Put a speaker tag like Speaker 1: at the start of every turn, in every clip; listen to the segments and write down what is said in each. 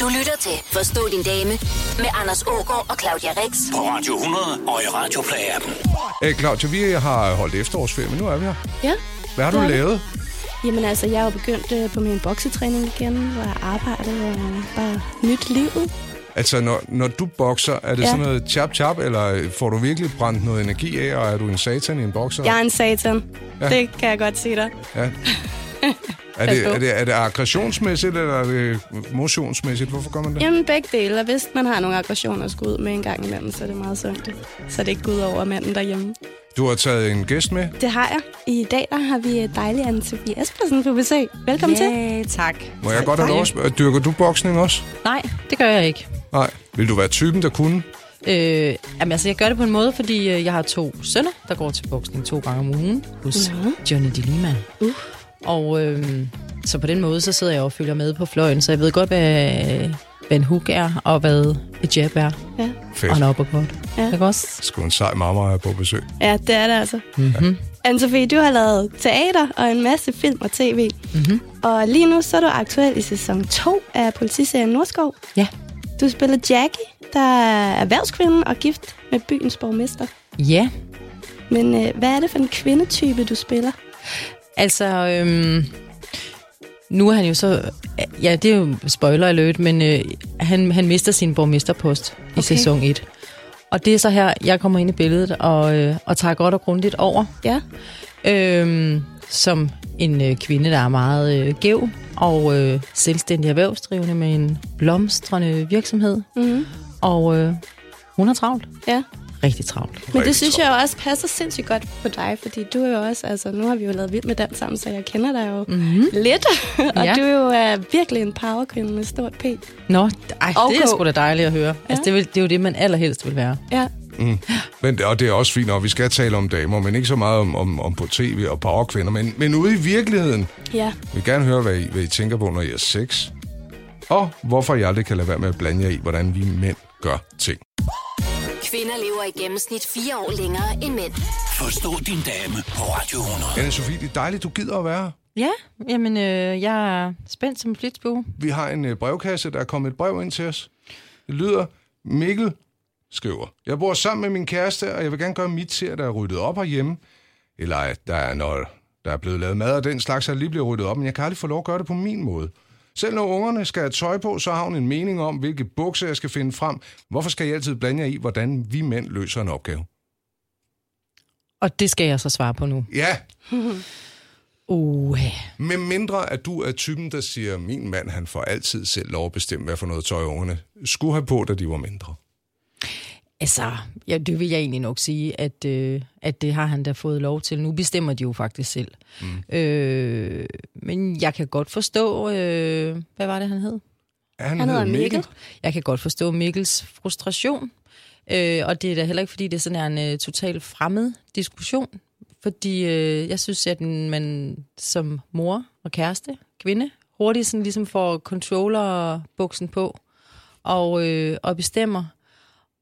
Speaker 1: Du lytter til Forstå din dame med Anders Ågaard og Claudia Rex.
Speaker 2: På Radio 100 og i Radioplay-appen.
Speaker 3: Øh, Claudia, vi har holdt efterårsferie, men nu er vi her.
Speaker 4: Ja.
Speaker 3: Hvad har du
Speaker 4: det er det.
Speaker 3: lavet?
Speaker 4: Jamen altså, jeg er jo begyndt øh, på min boksetræning igen, hvor jeg arbejdede og bare nyt livet.
Speaker 3: Altså, når, når du bokser, er det ja.
Speaker 4: Ja.
Speaker 3: sådan noget chap-chap, eller får du virkelig brændt noget energi af, og er du en satan i en bokser?
Speaker 4: Jeg er en satan.
Speaker 3: Ja.
Speaker 4: Ja. Det kan jeg godt sige dig.
Speaker 3: ja. Er
Speaker 4: Pas
Speaker 3: det,
Speaker 4: på.
Speaker 3: er, det, er det aggressionsmæssigt, eller er det motionsmæssigt? Hvorfor gør man det?
Speaker 4: Jamen begge dele, og hvis man har nogle aggressioner at skulle ud med en gang imellem, så er det meget sundt. Så det ikke går ud over manden derhjemme.
Speaker 3: Du har taget en gæst med.
Speaker 4: Det har jeg. I dag der har vi øh, dejlige Anne-Sophie Espersen på besøg. Velkommen yeah. til.
Speaker 5: Ja, tak.
Speaker 3: Må jeg godt have lov at spørge, dyrker du boksning også?
Speaker 5: Nej, det gør jeg ikke.
Speaker 3: Nej. Vil du være typen, der kunne?
Speaker 5: Øh, jamen, altså, jeg gør det på en måde, fordi øh, jeg har to sønner, der går til boksning to gange om ugen, hos
Speaker 4: Nå.
Speaker 5: Johnny de Lima. Uh. Og øh, så på den måde, så sidder jeg og følger med på fløjen, så jeg ved godt, hvad, hvad en hook er, og hvad et jab er,
Speaker 4: Ja.
Speaker 5: og en
Speaker 3: Fedt.
Speaker 5: uppercut.
Speaker 4: Ja.
Speaker 5: Ikke også?
Speaker 3: Sgu en sej mamma er på besøg.
Speaker 4: ja, det er det altså.
Speaker 5: Mm-hmm.
Speaker 4: Anne-Sophie, du har lavet teater og en masse film og tv.
Speaker 5: Mhm.
Speaker 4: Og lige nu så er du aktuel i sæson 2 af politiserien Nordskov.
Speaker 5: Ja.
Speaker 4: Du spiller Jackie, der er erhvervskvinde og gift med byens borgmester.
Speaker 5: Ja,
Speaker 4: Men øh, hvad er det for en kvindetype, du spiller?
Speaker 5: Altså, øhm, nu er han jo så... Ja, det er jo spoiler alert, men øh, han, han mister sin borgmesterpost okay. i
Speaker 4: Okay.
Speaker 5: sæson 1. Og det er så her, jeg kommer ind i billedet og, øh, og tager godt og grundigt over,
Speaker 4: Ja.
Speaker 5: øhm, som en øh, kvinde, der er meget øh, gæv og øh, selvstændig erhvervsdrivende med en blomstrende virksomhed.
Speaker 4: Mm-hmm.
Speaker 5: Og øh, hun har travlt.
Speaker 4: ja.
Speaker 5: Rigtig travlt.
Speaker 4: Men
Speaker 3: Rigtig
Speaker 4: det synes jeg jo også passer sindssygt godt på dig, fordi du er jo også, altså nu har vi jo lavet vild med dans sammen, så jeg kender dig jo mm-hmm. lidt. og
Speaker 5: Ja.
Speaker 4: ja. du er jo uh, virkelig en powerkvinde med stort P.
Speaker 5: Nå, ej, okay. det er
Speaker 4: Okay.
Speaker 5: sgu da dejligt at høre. Ja. Altså, det, vil, det er jo det, man allerhelst vil være.
Speaker 4: Ja.
Speaker 3: Men, og det er også fint, og vi skal tale om damer, men ikke så meget om, om, om på tv og powerkvinder, men, men ude i virkeligheden.
Speaker 4: Ja.
Speaker 3: Vi vil gerne høre, hvad I, hvad I tænker på, når I er sex. Og hvorfor I aldrig kan lade være med at blande jer i, hvordan vi mænd gør ting.
Speaker 1: Kvinder lever i gennemsnit fire år længere end mænd.
Speaker 2: Forstå din dame på Radio 100.
Speaker 3: Anne-Sophie, det er dejligt, du gider at være her.
Speaker 5: Ja, jamen, øh, jeg er spændt som en flitsbue.
Speaker 3: Vi har en øh, brevkasse, der er kommet et brev ind til os. Det lyder, Mikkel skriver, Jeg bor sammen med min kæreste, og jeg vil gerne gøre mit til, at der er ryddet op herhjemme. Eller at der er noget, der er blevet lavet mad, og den slags er lige blevet ryddet op, men jeg kan aldrig få lov at gøre det på min måde. Selv når ungerne skal have tøj på, så har hun en mening om, hvilke bukser jeg skal finde frem. Hvorfor skal jeg altid blande jer i, hvordan vi mænd løser en opgave?
Speaker 5: Og det skal jeg så svare på nu.
Speaker 3: Ja,
Speaker 5: Uh,
Speaker 3: med mindre at du er typen, der siger, min mand han får altid selv lov at bestemme, hvad for noget tøj ungerne skulle have på, da de var mindre.
Speaker 5: altså, ja, det vil jeg egentlig nok sige, at, øh, at det har han da fået lov til. Nu bestemmer de jo faktisk selv. Mm. Øh, men jeg kan godt forstå, øh, hvad var det, han hed?
Speaker 3: Han,
Speaker 4: Han hedder Mikkel.
Speaker 5: Jeg kan godt forstå Mikkels frustration. Øh, og det er da heller ikke, fordi det er sådan en øh, totalt fremmed diskussion. Fordi øh, jeg synes, at den- man som mor og kæreste, kvinde, hurtigt sådan ligesom får controller-buksen på og, øh, og bestemmer.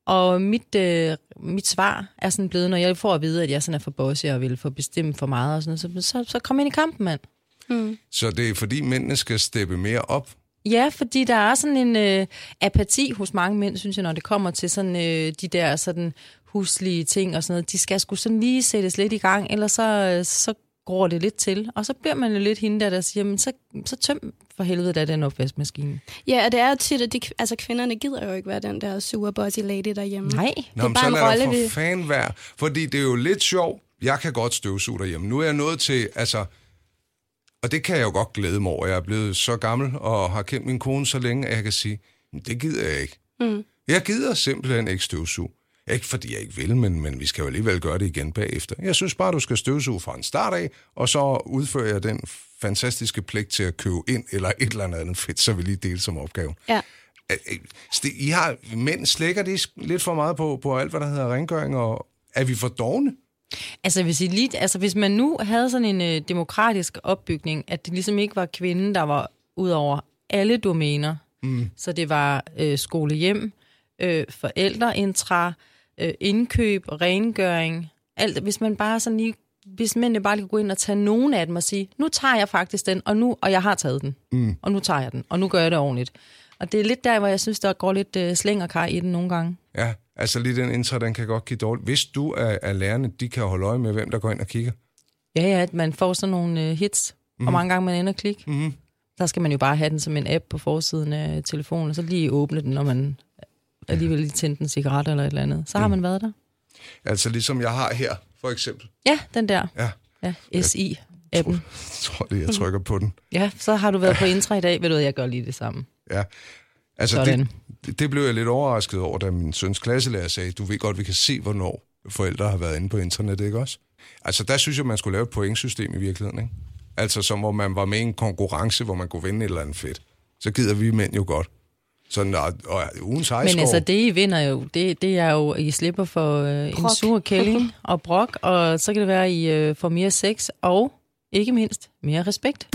Speaker 5: Og mit, øh, mit svar er sådan blevet, når jeg får at vide, at jeg sådan er for bossy og vil få bestemt for meget og sådan noget, så, så, så kom ind i kampen, mand.
Speaker 3: Så det er fordi mændene skal steppe mere op.
Speaker 5: Ja, fordi der er sådan en øh, apati hos mange mænd, synes jeg, når det kommer til sådan øh, de der sådan huslige ting og sådan noget. De skal sgu sådan lige sættes lidt i gang, ellers så, øh, så gror det lidt til. Og så bliver man jo lidt hende der, der siger, men så, så tøm for helvede da den opvaskemaskine.
Speaker 4: Ja, og det er jo tit, at de, altså, kvinderne gider jo ikke være den der sure bossy lady derhjemme.
Speaker 5: Nej.
Speaker 3: Nå,
Speaker 4: er
Speaker 3: men
Speaker 4: bare
Speaker 3: så
Speaker 4: en
Speaker 3: lad dig
Speaker 4: rolle,
Speaker 3: for
Speaker 4: vi-
Speaker 3: fan være. Fordi det er jo lidt sjovt. Jeg kan godt støvsuge derhjemme. Nu er jeg nået til, altså... Og det kan jeg jo godt glæde mig over. Jeg er blevet så gammel og har kendt min kone så længe, at jeg kan sige, "Men det gider jeg ikke. Mm. Jeg gider simpelthen ikke støvsuge. Ikke fordi jeg ikke vil, men, men vi skal jo alligevel gøre det igen bagefter. Jeg synes bare, du skal støvsuge fra en start af, og så udfører jeg den fantastiske pligt til at købe ind eller et eller andet fedt, så vi lige deler som opgaven.
Speaker 4: Ja.
Speaker 3: Øh, øh, sti- I har, mænd slækker det sk- lidt for meget på, på alt, hvad der hedder rengøring, og er vi for dogne?
Speaker 5: Altså hvis, I lige, altså hvis man nu havde sådan en øh, demokratisk opbygning, at det ligesom ikke var kvinden, der var ud over alle domæner, mm. så det var øh, skolehjem, øh, forældreintra, øh, indkøb, rengøring, alt. Hvis man bare sådan lige, hvis mændene bare lige kunne gå ind og tage nogen af dem og sige, nu tager jeg faktisk den, og nu, og jeg har taget den, mm. og nu tager jeg den, og nu gør jeg det ordentligt. Og det er lidt der, hvor jeg synes, der går lidt øh, slæng og kar i den nogle gange.
Speaker 3: Ja, altså lige den intra, den kan godt give dårligt. Hvis du er, er lærerne, de kan holde øje med, hvem der går ind og kigger.
Speaker 5: Ja, ja, at man får sådan nogle øh, hits, mm. og mange gange man ender klik.
Speaker 3: Mhm.
Speaker 5: Der skal man jo bare have den som en app på forsiden af telefonen, og så lige åbne den, når man alligevel lige tændte en cigaret eller et eller andet. Så har man været der.
Speaker 3: Altså ligesom jeg har her, for eksempel.
Speaker 5: Ja, den der.
Speaker 3: Ja,
Speaker 5: Ja, SI-appen.
Speaker 3: jeg tror lige, jeg trykker på den.
Speaker 5: Ja, så har du været på intra i dag. Ved du, hvad, jeg gør lige det samme.
Speaker 3: Ja. Altså,
Speaker 5: Sådan.
Speaker 3: det, det blev jeg lidt overrasket over, da min søns klasselærer sagde, du ved godt, vi kan se, hvornår forældre har været inde på internet, ikke også? Altså, der synes jeg, man skulle lave et pointsystem i virkeligheden, ikke? Altså, som hvor man var med i en konkurrence, hvor man kunne vinde et eller andet fedt. Så gider vi mænd jo godt. Sådan, og, og ugens hejskov.
Speaker 5: Men altså, det I vinder jo, det, det er jo, I slipper for øh, en
Speaker 4: Brok.
Speaker 5: sur kælling og brok, og så kan det være, I øh, får mere sex, og ikke mindst, mere respekt.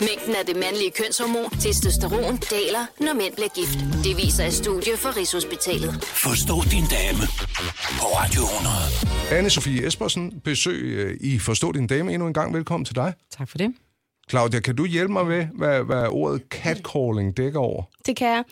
Speaker 1: Mængden af det mandlige kønshormon testosteron daler, når mænd bliver gift. Det viser et studie fra Rigshospitalet.
Speaker 2: Forstå din dame på Radio 100.
Speaker 3: anne Sofie Espersen, besøg øh, i Forstå din dame endnu en gang. Velkommen til dig.
Speaker 5: Tak for det.
Speaker 3: Claudia, kan du hjælpe mig med, hvad, hvad ordet catcalling dækker over?
Speaker 4: Det kan jeg.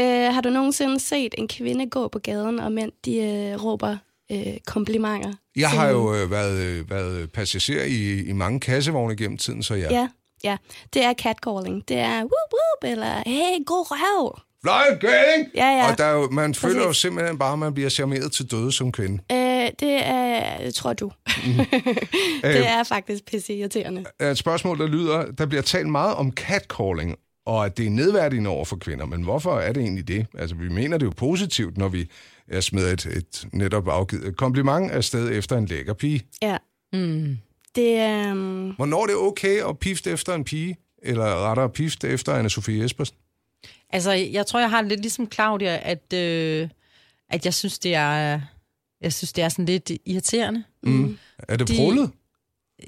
Speaker 4: Øh, har du nogensinde set en kvinde gå på gaden, og mænd de øh, råber øh, komplimenter?
Speaker 3: Jeg
Speaker 4: til
Speaker 3: har
Speaker 4: hende?
Speaker 3: jo øh, været, øh, været passager i, i mange kassevogne gennem tiden, så jeg...
Speaker 4: Ja, ja. Det er catcalling. Det er whoop whoop, eller hey, god røv.
Speaker 3: Fløj, kælling!
Speaker 4: Ja, ja.
Speaker 3: Og der er jo, man føler jo
Speaker 4: Præcis.
Speaker 3: simpelthen bare, at man bliver charmeret til døde som kvinde.
Speaker 4: Øh, det er, tror du.
Speaker 5: Mm. Øh.
Speaker 4: det er faktisk pisse irriterende.
Speaker 3: Er Et spørgsmål, der lyder, der bliver talt meget om catcalling, og at det er nedværdigende over for kvinder, men hvorfor er det egentlig det? Altså, vi mener det jo positivt, når vi ja, smider et, et netop afgivet kompliment afsted efter en lækker pige.
Speaker 4: Ja.
Speaker 5: Mm.
Speaker 4: Det er... Um,
Speaker 3: Hvornår er det okay at pifte efter en pige? Eller rettere pifte efter Anna-Sophie Espersen?
Speaker 5: Altså, jeg tror, jeg har det lidt ligesom Claudia, at, øh, at jeg synes, det er... Jeg synes, det er sådan lidt irriterende.
Speaker 3: Mm. Er det
Speaker 5: De-
Speaker 3: brullet?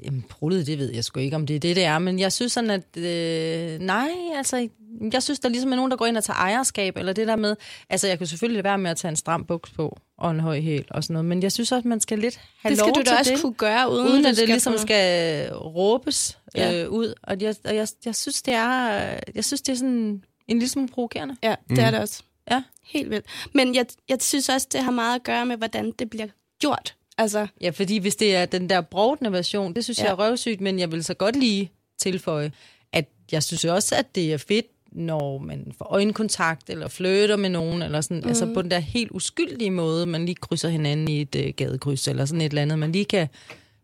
Speaker 5: Jamen, prullet, det ved jeg sgu ikke, om det er det, det er. Men jeg synes sådan, at... Øh, nej, altså... Jeg synes, der ligesom er nogen, der går ind og tager ejerskab, eller det der med... Altså, jeg kunne selvfølgelig lade være med at tage en stram buks på, og en høj hæl og sådan noget. Men jeg synes også, at man skal lidt have
Speaker 4: det skal
Speaker 5: lov
Speaker 4: du
Speaker 5: til
Speaker 4: da også
Speaker 5: det,
Speaker 4: kunne gøre, uden,
Speaker 5: uden
Speaker 4: du
Speaker 5: at det
Speaker 4: skal
Speaker 5: ligesom
Speaker 4: på-
Speaker 5: skal råbes
Speaker 4: Ja.
Speaker 5: øh, ud. Og, jeg, og jeg, jeg, synes, det er... Jeg synes, det er sådan en lille smule provokerende.
Speaker 4: Ja, det
Speaker 3: Mhm.
Speaker 4: er det også.
Speaker 5: Ja.
Speaker 4: Helt vildt. Men jeg, jeg synes også, det har meget at gøre med, hvordan det bliver gjort. Altså,
Speaker 5: Ja, fordi hvis det er den der brovdende version, det synes ja.
Speaker 4: Ja.
Speaker 5: jeg er røvsygt, men jeg vil så godt lige tilføje, at jeg synes jo også, at det er fedt, når man får øjenkontakt, eller flytter med nogen, eller sådan, mm.
Speaker 4: Mhm.
Speaker 5: altså på den der helt uskyldige måde, man lige krydser hinanden i et øh, gadekryds, eller sådan et eller andet, man lige kan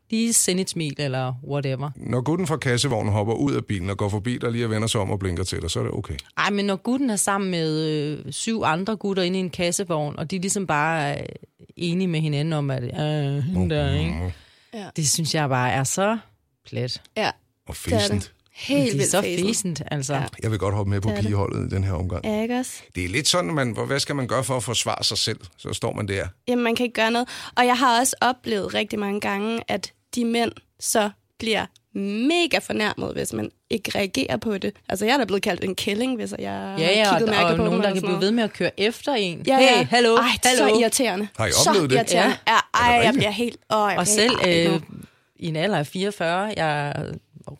Speaker 5: lige sende et smil, eller whatever.
Speaker 3: Når gutten fra kassevognen hopper ud af bilen og går forbi dig lige og vender sig om og blinker til dig, så er det okay.
Speaker 5: Ej, men når gutten er sammen med øh, syv andre gutter inde i en kassevogn, og de ligesom bare er enige med hinanden om, at øh, hende der, ikke?
Speaker 4: Ja.
Speaker 5: det synes jeg bare er så plet.
Speaker 4: ja,
Speaker 3: Og
Speaker 4: det er
Speaker 3: fæsent.
Speaker 4: det. Helt
Speaker 5: det er
Speaker 4: vildt
Speaker 5: så
Speaker 4: fæsen.
Speaker 5: fæsent, altså. Ja.
Speaker 3: Jeg vil godt hoppe med på pigeholdet i den her omgang.
Speaker 4: Ja, ikke også?
Speaker 3: Det er lidt sådan, man, hvor- hvad skal man gøre for at forsvare sig selv? Så står man der.
Speaker 4: Jamen, man kan ikke gøre noget. Og jeg har også oplevet rigtig mange gange, at de mænd så bliver mega fornærmet, hvis man ikke reagerer på det. Altså, jeg er da blevet kaldt en kælling, hvis jeg har
Speaker 5: Ja, ja,
Speaker 4: kigget
Speaker 5: og,
Speaker 4: mærke
Speaker 5: og
Speaker 4: på dem
Speaker 5: nogen,
Speaker 4: eller
Speaker 5: der kan
Speaker 4: sådan
Speaker 5: blive
Speaker 4: noget.
Speaker 5: ved med at køre efter en.
Speaker 4: Ja, ja.
Speaker 5: hey, hallo,
Speaker 4: Ej, det er så
Speaker 5: hallo.
Speaker 4: irriterende.
Speaker 3: Har I
Speaker 4: så
Speaker 3: oplevet det?
Speaker 4: irriterende. Ja. Ja,
Speaker 3: Er det
Speaker 4: ej, jeg
Speaker 3: rigtigt?
Speaker 4: bliver helt... Åh, jeg
Speaker 5: Og
Speaker 4: bliver
Speaker 5: selv
Speaker 4: helt,
Speaker 5: øh, i en alder af 44, jeg er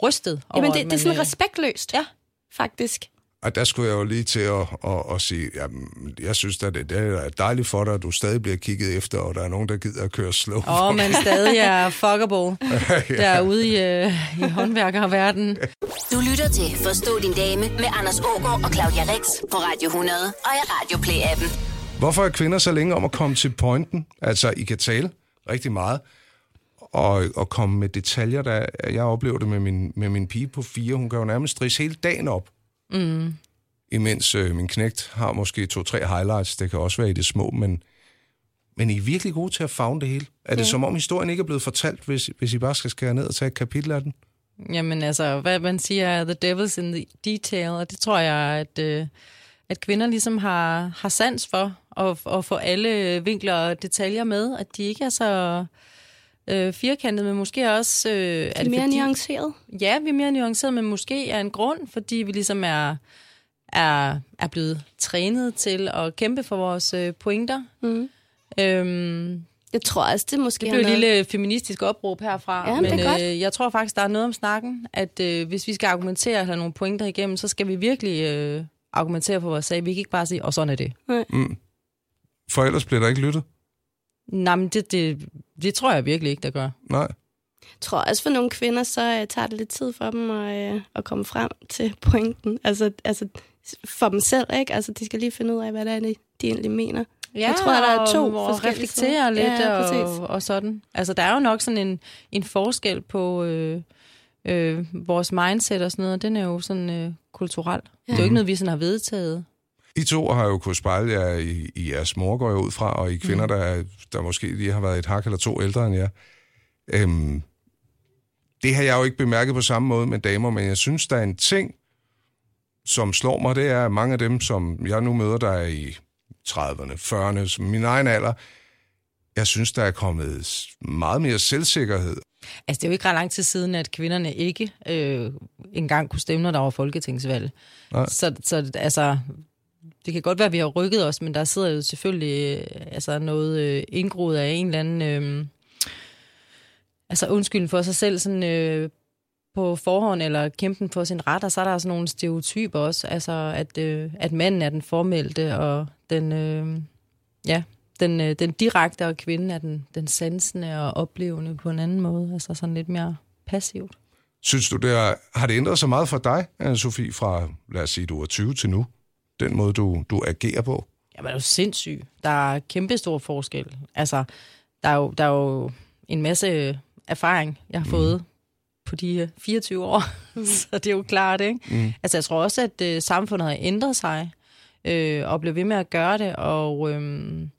Speaker 5: rystet over,
Speaker 4: Jamen,
Speaker 5: at
Speaker 4: det, det
Speaker 5: man,
Speaker 4: er sådan
Speaker 5: øh,
Speaker 4: respektløst,
Speaker 5: Ja.
Speaker 4: faktisk.
Speaker 3: Og der skulle jeg jo lige til at, at, at sige, jamen, jeg synes da, det, det er dejligt for dig, at du stadig bliver kigget efter, og der er nogen, der gider at køre slow.
Speaker 5: Åh, oh, men stadig er fuckable
Speaker 3: Ja.
Speaker 5: derude i, øh, i håndværkerverdenen.
Speaker 1: Du lytter til Forstå din dame med Anders Ågaard og Claudia Rex på Radio 100 og i Radio Play-appen.
Speaker 3: Hvorfor er kvinder så længe om at komme til pointen? Altså, I kan tale rigtig meget, og, og komme med detaljer, der jeg oplever det med min, med min pige på fire. Hun kan jo nærmest strisse hele dagen op. Mm. Imens øh, min knægt har måske to-tre highlights, det kan også være i det små, men, men I er virkelig gode til at fagne det hele. Er det ja. som om historien ikke er blevet fortalt, hvis, hvis I bare skal skære ned og tage et kapitel af den?
Speaker 5: Jamen altså, hvad man siger, the devil's in the detail, og det tror jeg, at, øh, at kvinder ligesom har, har sans for at, at få alle vinkler og detaljer med, at de ikke er så øh, firkantede, men måske også... Øh, er
Speaker 4: Er
Speaker 5: det
Speaker 4: det mere
Speaker 5: fordi-
Speaker 4: nuanceret?
Speaker 5: Ja, vi er mere nuancerede, men måske er en grund, fordi vi ligesom er, er, er blevet trænet til at kæmpe for vores øh, pointer. Mm. Øhm,
Speaker 4: Jeg tror også, det måske
Speaker 5: det
Speaker 4: har
Speaker 5: blev et
Speaker 4: noget-
Speaker 5: lille feministisk opråb herfra,
Speaker 4: Ja, men det er godt.
Speaker 5: øh, jeg tror faktisk, der er noget om snakken, at øh, hvis vi skal argumentere eller have nogle pointer igennem, så skal vi virkelig øh, argumentere for vores sag. Vi kan ikke bare sige, og sådan er det.
Speaker 3: Mm. For ellers bliver der ikke lyttet.
Speaker 5: Nej, men det, det, det tror jeg virkelig ikke, der gør.
Speaker 3: Nej.
Speaker 4: Jeg tror også for nogle kvinder, så øh, tager det lidt tid for dem at, øh, at komme frem til pointen. Altså, altså for dem selv, ikke? Altså, de skal lige finde ud af, hvad det er, de de egentlig mener.
Speaker 5: Ja,
Speaker 4: Jeg tror, der er to
Speaker 5: og
Speaker 4: forskellige sider.
Speaker 5: reflektere lidt
Speaker 4: Ja,
Speaker 5: ja,
Speaker 4: præcis.
Speaker 5: og, og sådan. Altså, der er jo nok sådan en, en forskel på øh, øh, vores mindset og sådan noget, og den er jo sådan øh, kulturel. Ja. Det er jo ikke noget, vi sådan har vedtaget.
Speaker 3: I to har jo kunnet spejle jer i, i jeres mor, går jeg ud fra, og i kvinder, mm. der, der måske lige har været et hak eller to ældre end jer. Øhm, det har jeg jo ikke bemærket på samme måde med damer, men jeg synes, der er en ting, som slår mig, det er, at mange af dem, som jeg nu møder, der er i 30'erne, 40'erne, som min egen alder, jeg synes, der er kommet s- meget mere selvsikkerhed.
Speaker 5: Altså, det er jo ikke ret lang tid siden, at kvinderne ikke øh, engang kunne stemme, når der var folketingsvalg.
Speaker 3: Nej.
Speaker 5: Så, så altså, det kan godt være, at vi har rykket os, men der sidder jo selvfølgelig øh, altså noget øh, indgroet af en eller anden... Øh, altså undskylden for sig selv sådan, øh, på forhånd, eller kæmpen for sin ret, og så er der også nogle stereotyper også, altså at, øh, at manden er den formelte, og den, øh, ja, den, øh, den direkte, og kvinden er den, den sansende og oplevende på en anden måde, altså sådan lidt mere passivt.
Speaker 3: Synes du, det er, har det ændret sig meget for dig, Sofie, fra, lad os sige, du er 20 til nu? Den måde, du, du agerer på?
Speaker 5: Jamen, det er jo sindssygt. Der er kæmpestor forskel. Altså, der er jo, der er jo en masse erfaring, jeg har fået mm. på de øh, 24 år, så det er jo klart, ikke? Mm. Altså, jeg tror også, at øh, samfundet har ændret sig, øh, og bliver ved med at gøre det, og, øhm,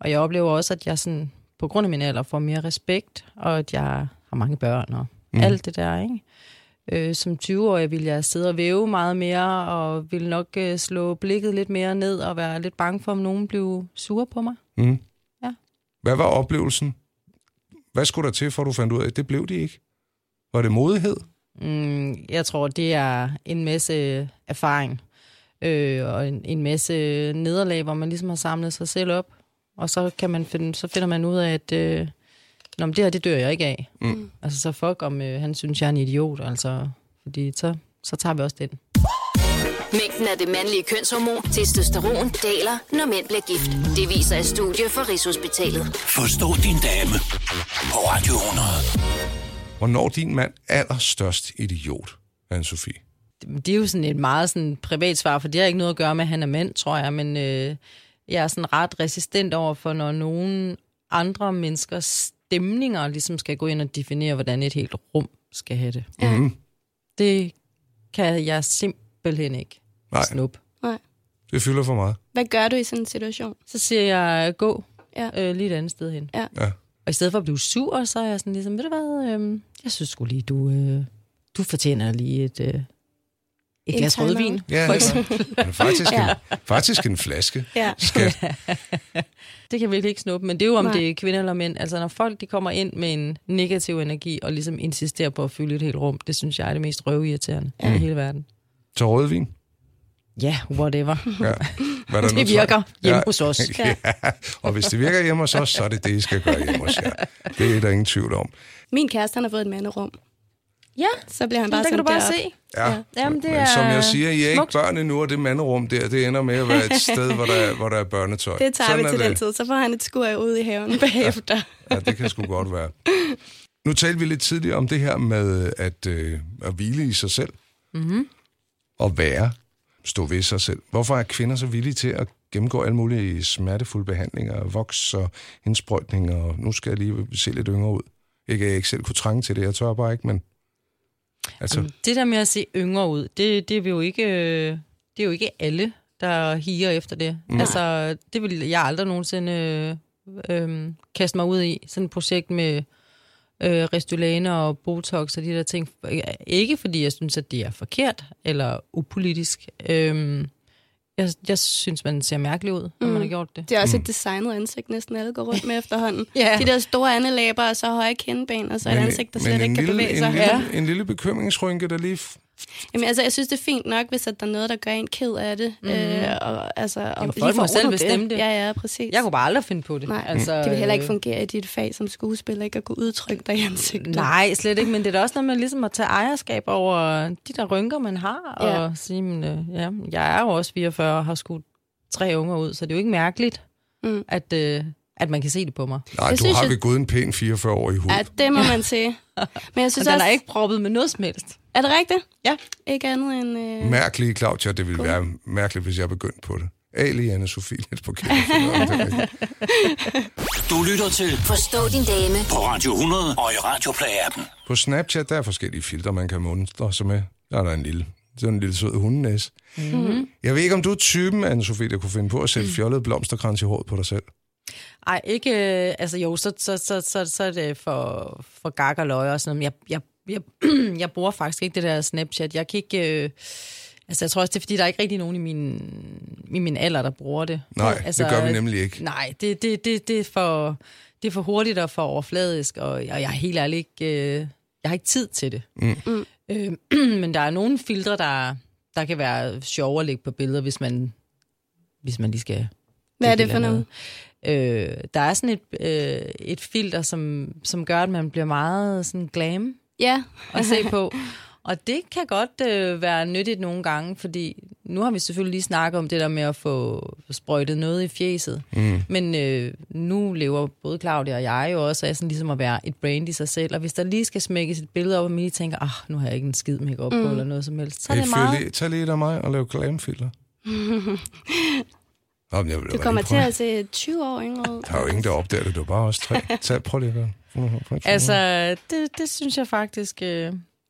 Speaker 5: og jeg oplever også, at jeg sådan, på grund af min alder får mere respekt, og at jeg har mange børn og mm. alt det der, ikke? Øh, som 20-årig ville jeg sidde og væve meget mere, og ville nok øh, slå blikket lidt mere ned, og være lidt bange for, om nogen blev sure på mig.
Speaker 3: Hvad var oplevelsen? Hvad skulle der til, for at du fandt ud af, at det blev de ikke? Var det modighed?
Speaker 5: Mm, jeg tror, det er en masse erfaring, øh, og en, en masse nederlag, hvor man ligesom har samlet sig selv op, og så, kan man finde, så finder man ud af, at øh, Nå, men det her, det dør jeg ikke af. Mm. Altså, så fuck, om øh, han synes, jeg er en idiot, altså, fordi så, så tager vi også den.
Speaker 1: Mængden af det mandlige kønshormon testosteron daler, når mænd bliver gift. Det viser et studie fra Rigshospitalet.
Speaker 2: Forstå din dame på Radio 100.
Speaker 3: Hvornår er din mand allerstørst idiot, anne Sofie?
Speaker 5: det er jo sådan et meget sådan privat svar, for det har ikke noget at gøre med, at han er mand, tror jeg, men øh, jeg er sådan ret resistent over for, når nogen andre menneskers stemninger ligesom skal gå ind og definere, hvordan et helt rum skal have det.
Speaker 4: Ja.
Speaker 3: Mhm,
Speaker 5: Mm. Det kan jeg simpelthen ikke
Speaker 3: Nej.
Speaker 5: snuppe.
Speaker 4: Nej.
Speaker 3: Det fylder for meget.
Speaker 4: Hvad gør du i sådan en situation?
Speaker 5: Så siger jeg, øh, gå
Speaker 4: Ja.
Speaker 5: øh, lige et andet sted hen.
Speaker 4: Ja.
Speaker 3: Ja.
Speaker 5: Og i stedet for at blive sur, så er jeg sådan ligesom, ved du hvad, øh, jeg synes sgu lige, du, øh, du fortjener lige et, øh, et
Speaker 4: En
Speaker 5: glas
Speaker 4: timeout.
Speaker 5: rødvin.
Speaker 3: Ja,
Speaker 5: for
Speaker 3: det
Speaker 5: eksempel.
Speaker 3: var- men faktisk,
Speaker 4: Ja.
Speaker 3: en, faktisk en flaske.
Speaker 4: Ja.
Speaker 3: Skat.
Speaker 5: Det kan jeg virkelig ikke snuppe, men det er jo, om
Speaker 4: Nej.
Speaker 5: Nej. det er kvinder eller mænd. Altså, når folk de kommer ind med en negativ energi og ligesom insisterer på at fylde et helt rum, det synes jeg er det mest røvirriterende ja. i hele verden.
Speaker 3: Tag rødvin.
Speaker 5: Ja, yeah, whatever.
Speaker 3: Ja. Hvad er der nu,
Speaker 5: Det
Speaker 3: tak?
Speaker 5: virker
Speaker 3: Ja.
Speaker 5: hjemme ja. hos os.
Speaker 3: Ja. Og hvis det virker hjemme hos os, så er det det, I skal gøre hjemme hos jer. Det er der ingen tvivl om.
Speaker 4: Min kæreste, han har fået et manderum.
Speaker 5: Ja,
Speaker 4: Så bliver han bare
Speaker 5: der kan du
Speaker 4: sendt
Speaker 5: bare
Speaker 4: derop.
Speaker 5: se.
Speaker 3: Ja.
Speaker 5: Jamen, det
Speaker 3: Men
Speaker 5: er
Speaker 3: som jeg siger, I er ikke
Speaker 5: smukt.
Speaker 3: børn endnu, og det manderum der, det ender med at være et sted, hvor der er, hvor der er børnetøj.
Speaker 4: Det tager
Speaker 3: Sådan
Speaker 4: vi
Speaker 3: er
Speaker 4: til
Speaker 3: det.
Speaker 4: den tid. Så får han et skur ude i haven bagefter.
Speaker 3: Ja, det kan sgu godt være. Nu talte vi lidt tidligere om det her med at, øh, at hvile i sig selv. Mm-hmm. Og være. Stå ved sig selv. Hvorfor er kvinder så villige til at gennemgå alle mulige smertefulde behandlinger, voks og indsprøjtninger, og nu skal jeg lige se lidt yngre ud. Ikke, at jeg ikke selv kunne trænge til det, jeg tør bare ikke, men... Altså,
Speaker 5: Jamen, Det der med at se yngre ud, det, det, er, vi jo ikke, øh, det er jo ikke alle, der higer efter det. Mm. Altså, det vil jeg aldrig nogensinde øh, øh, kaste mig ud i. Sådan et projekt med øh, Restylane og Botox og de der ting. Ikke fordi jeg synes, at det er forkert eller upolitisk. Øh, jeg, jeg synes, man ser mærkelig ud, når mm. man har gjort det.
Speaker 4: Det er også et designet ansigt, næsten alle går rundt med efterhånden.
Speaker 5: Ja.
Speaker 4: De der store andelæber, og så høje kindben, og så et ansigt, der
Speaker 3: men
Speaker 4: slet
Speaker 3: en
Speaker 4: ikke kan
Speaker 3: lille,
Speaker 4: bevæge sig.
Speaker 3: En lille, ja. en lille bekymringsrynke, der lige f-
Speaker 4: Jamen, altså, jeg synes, det er fint nok, hvis at der er noget, der gør en ked af det. Mm. Øh, og, altså, og
Speaker 5: Mhm. Jamen,
Speaker 4: lige
Speaker 5: folk må
Speaker 4: få
Speaker 5: selv
Speaker 4: ordnet
Speaker 5: bestemme det.
Speaker 4: Ja, ja, præcis.
Speaker 5: Jeg kunne bare aldrig finde på det.
Speaker 4: Nej, altså, det vil heller ikke
Speaker 5: øh,
Speaker 4: fungere i dit fag som skuespiller, ikke at kunne udtrykke dig i ansigtet.
Speaker 5: Nej, slet ikke, men det er da også noget med ligesom at tage ejerskab over de der rynker, man har, ja.
Speaker 4: Ja.
Speaker 5: og sige, men, øh, ja, jeg er jo også 44 og har skudt tre unger ud, så det er jo ikke mærkeligt, mm. at, øh, at man kan se det på mig.
Speaker 3: Nej,
Speaker 4: Jeg
Speaker 3: du
Speaker 4: synes,
Speaker 3: har
Speaker 4: jeg-
Speaker 3: ved Gud en pæn 44 år i hovedet.
Speaker 4: Ja, det må man sige. Men jeg
Speaker 5: Så
Speaker 4: synes
Speaker 5: den
Speaker 4: også,
Speaker 5: er ikke proppet med noget som helst.
Speaker 4: er det rigtigt?
Speaker 5: Ja.
Speaker 4: Ikke andet end...
Speaker 3: Mm,
Speaker 4: Øh...
Speaker 3: Mærkelige, Claudia, det ville være mærkeligt, hvis jeg begyndte på det. Ali, Anna Sofie, lidt på kæmpe.
Speaker 2: Du lytter til
Speaker 1: Forstå din dame
Speaker 2: på Radio 100 og i Radioplay-appen.
Speaker 3: På Snapchat, der er forskellige filtre, man kan monstre sig med. Der er der en lille, sådan en lille sød hundenæs.
Speaker 4: Mhm.
Speaker 3: Mm-hmm. Jeg ved ikke, om du er typen, anne Sofie, der kunne finde på at sætte
Speaker 4: Mm.
Speaker 3: fjollet blomsterkrans i håret på dig selv.
Speaker 5: Ej, ikke, øh, altså jo, så, så, så, så, så er det for, for gak og løg og sådan noget, men jeg, jeg, jeg, jeg bruger faktisk ikke det der Snapchat. Jeg kan ikke... Øh, altså, jeg tror også, det er, fordi der er ikke rigtig nogen i min, i min alder, der bruger det.
Speaker 3: Nej,
Speaker 5: altså,
Speaker 3: det gør vi nemlig ikke.
Speaker 5: Nej, det, det, det, det, er, for, det er for hurtigt og for overfladisk, og, og jeg er helt ærlig ikke... Øh, jeg har ikke tid til det. Mm. Øh, men der er nogle filtre, der, der kan være sjove at lægge på billeder, hvis man, hvis man lige skal
Speaker 4: Hvad er det
Speaker 5: et
Speaker 4: for
Speaker 5: eller
Speaker 4: noget?
Speaker 5: andet. Øh, der er sådan et, øh, et filter, som, som gør, at man bliver meget sådan glam
Speaker 4: Ja,
Speaker 5: at se på. Og det kan godt øh, være nyttigt nogle gange, fordi nu har vi selvfølgelig lige snakket om det der med at få sprøjtet noget i fjeset. Mm. Men øh, nu lever både Claudia og jeg jo også af sådan ligesom at være et brand i sig selv. Og hvis der lige skal smækkes et billede op, og man lige tænker, ah, nu har jeg ikke en skid make op på, mm. eller noget som helst, så er
Speaker 3: Hey,
Speaker 5: det
Speaker 3: fyr
Speaker 5: meget...
Speaker 3: lige, tag lige et af mig og lav glamfilter. Nå, men jeg vil
Speaker 4: du kommer til at se 20 år yngre ud.
Speaker 3: Der er jo ingen, der opdager det. Det var bare os tre. Tag, prøv lige at gøre.
Speaker 5: Altså, det, det synes jeg faktisk, øh,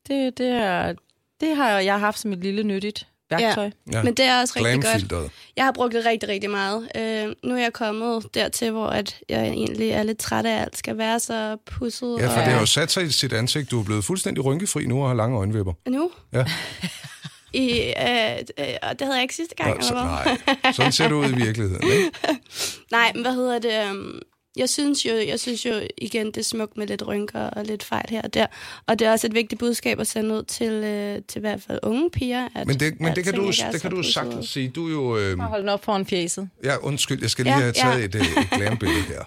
Speaker 5: det, det, er, det har jeg haft som et lille nyttigt værktøj. Ja.
Speaker 3: Ja.
Speaker 4: Men det er også rigtig godt.
Speaker 3: Glamfilteret.
Speaker 4: Jeg har brugt det rigtig, rigtig meget. Øh, nu er jeg kommet dertil, hvor at jeg egentlig er lidt træt af, at alt skal være så pusset.
Speaker 3: Ja, for
Speaker 4: og...
Speaker 3: det har jo sat sig i sit ansigt. Du er blevet fuldstændig rynkefri nu og har lange øjenvipper.
Speaker 4: Nu?
Speaker 3: Ja.
Speaker 4: I, øh, øh, og det havde jeg ikke sidste gang,
Speaker 3: Nå,
Speaker 4: eller
Speaker 3: så,
Speaker 4: hvad?
Speaker 3: nej, sådan ser du ud i virkeligheden. Ikke?
Speaker 4: Nej, men hvad hedder det? øhm, Jeg synes jo, jeg synes jo igen, det er smukt med lidt rynker og lidt fejl her og der. Og det er også et vigtigt budskab at sende ud til, øh, til i hvert fald unge piger. At,
Speaker 3: Men det, men det kan
Speaker 4: alting
Speaker 3: du,
Speaker 4: ikke er
Speaker 3: det
Speaker 4: så
Speaker 3: kan du
Speaker 4: pudset.
Speaker 3: sagtens sige. Du er jo... Øh,
Speaker 5: Hold den op foran fjeset.
Speaker 3: ja, undskyld, jeg skal lige
Speaker 4: Ja,
Speaker 3: have taget
Speaker 4: ja.
Speaker 3: et, øh, et glambillede her.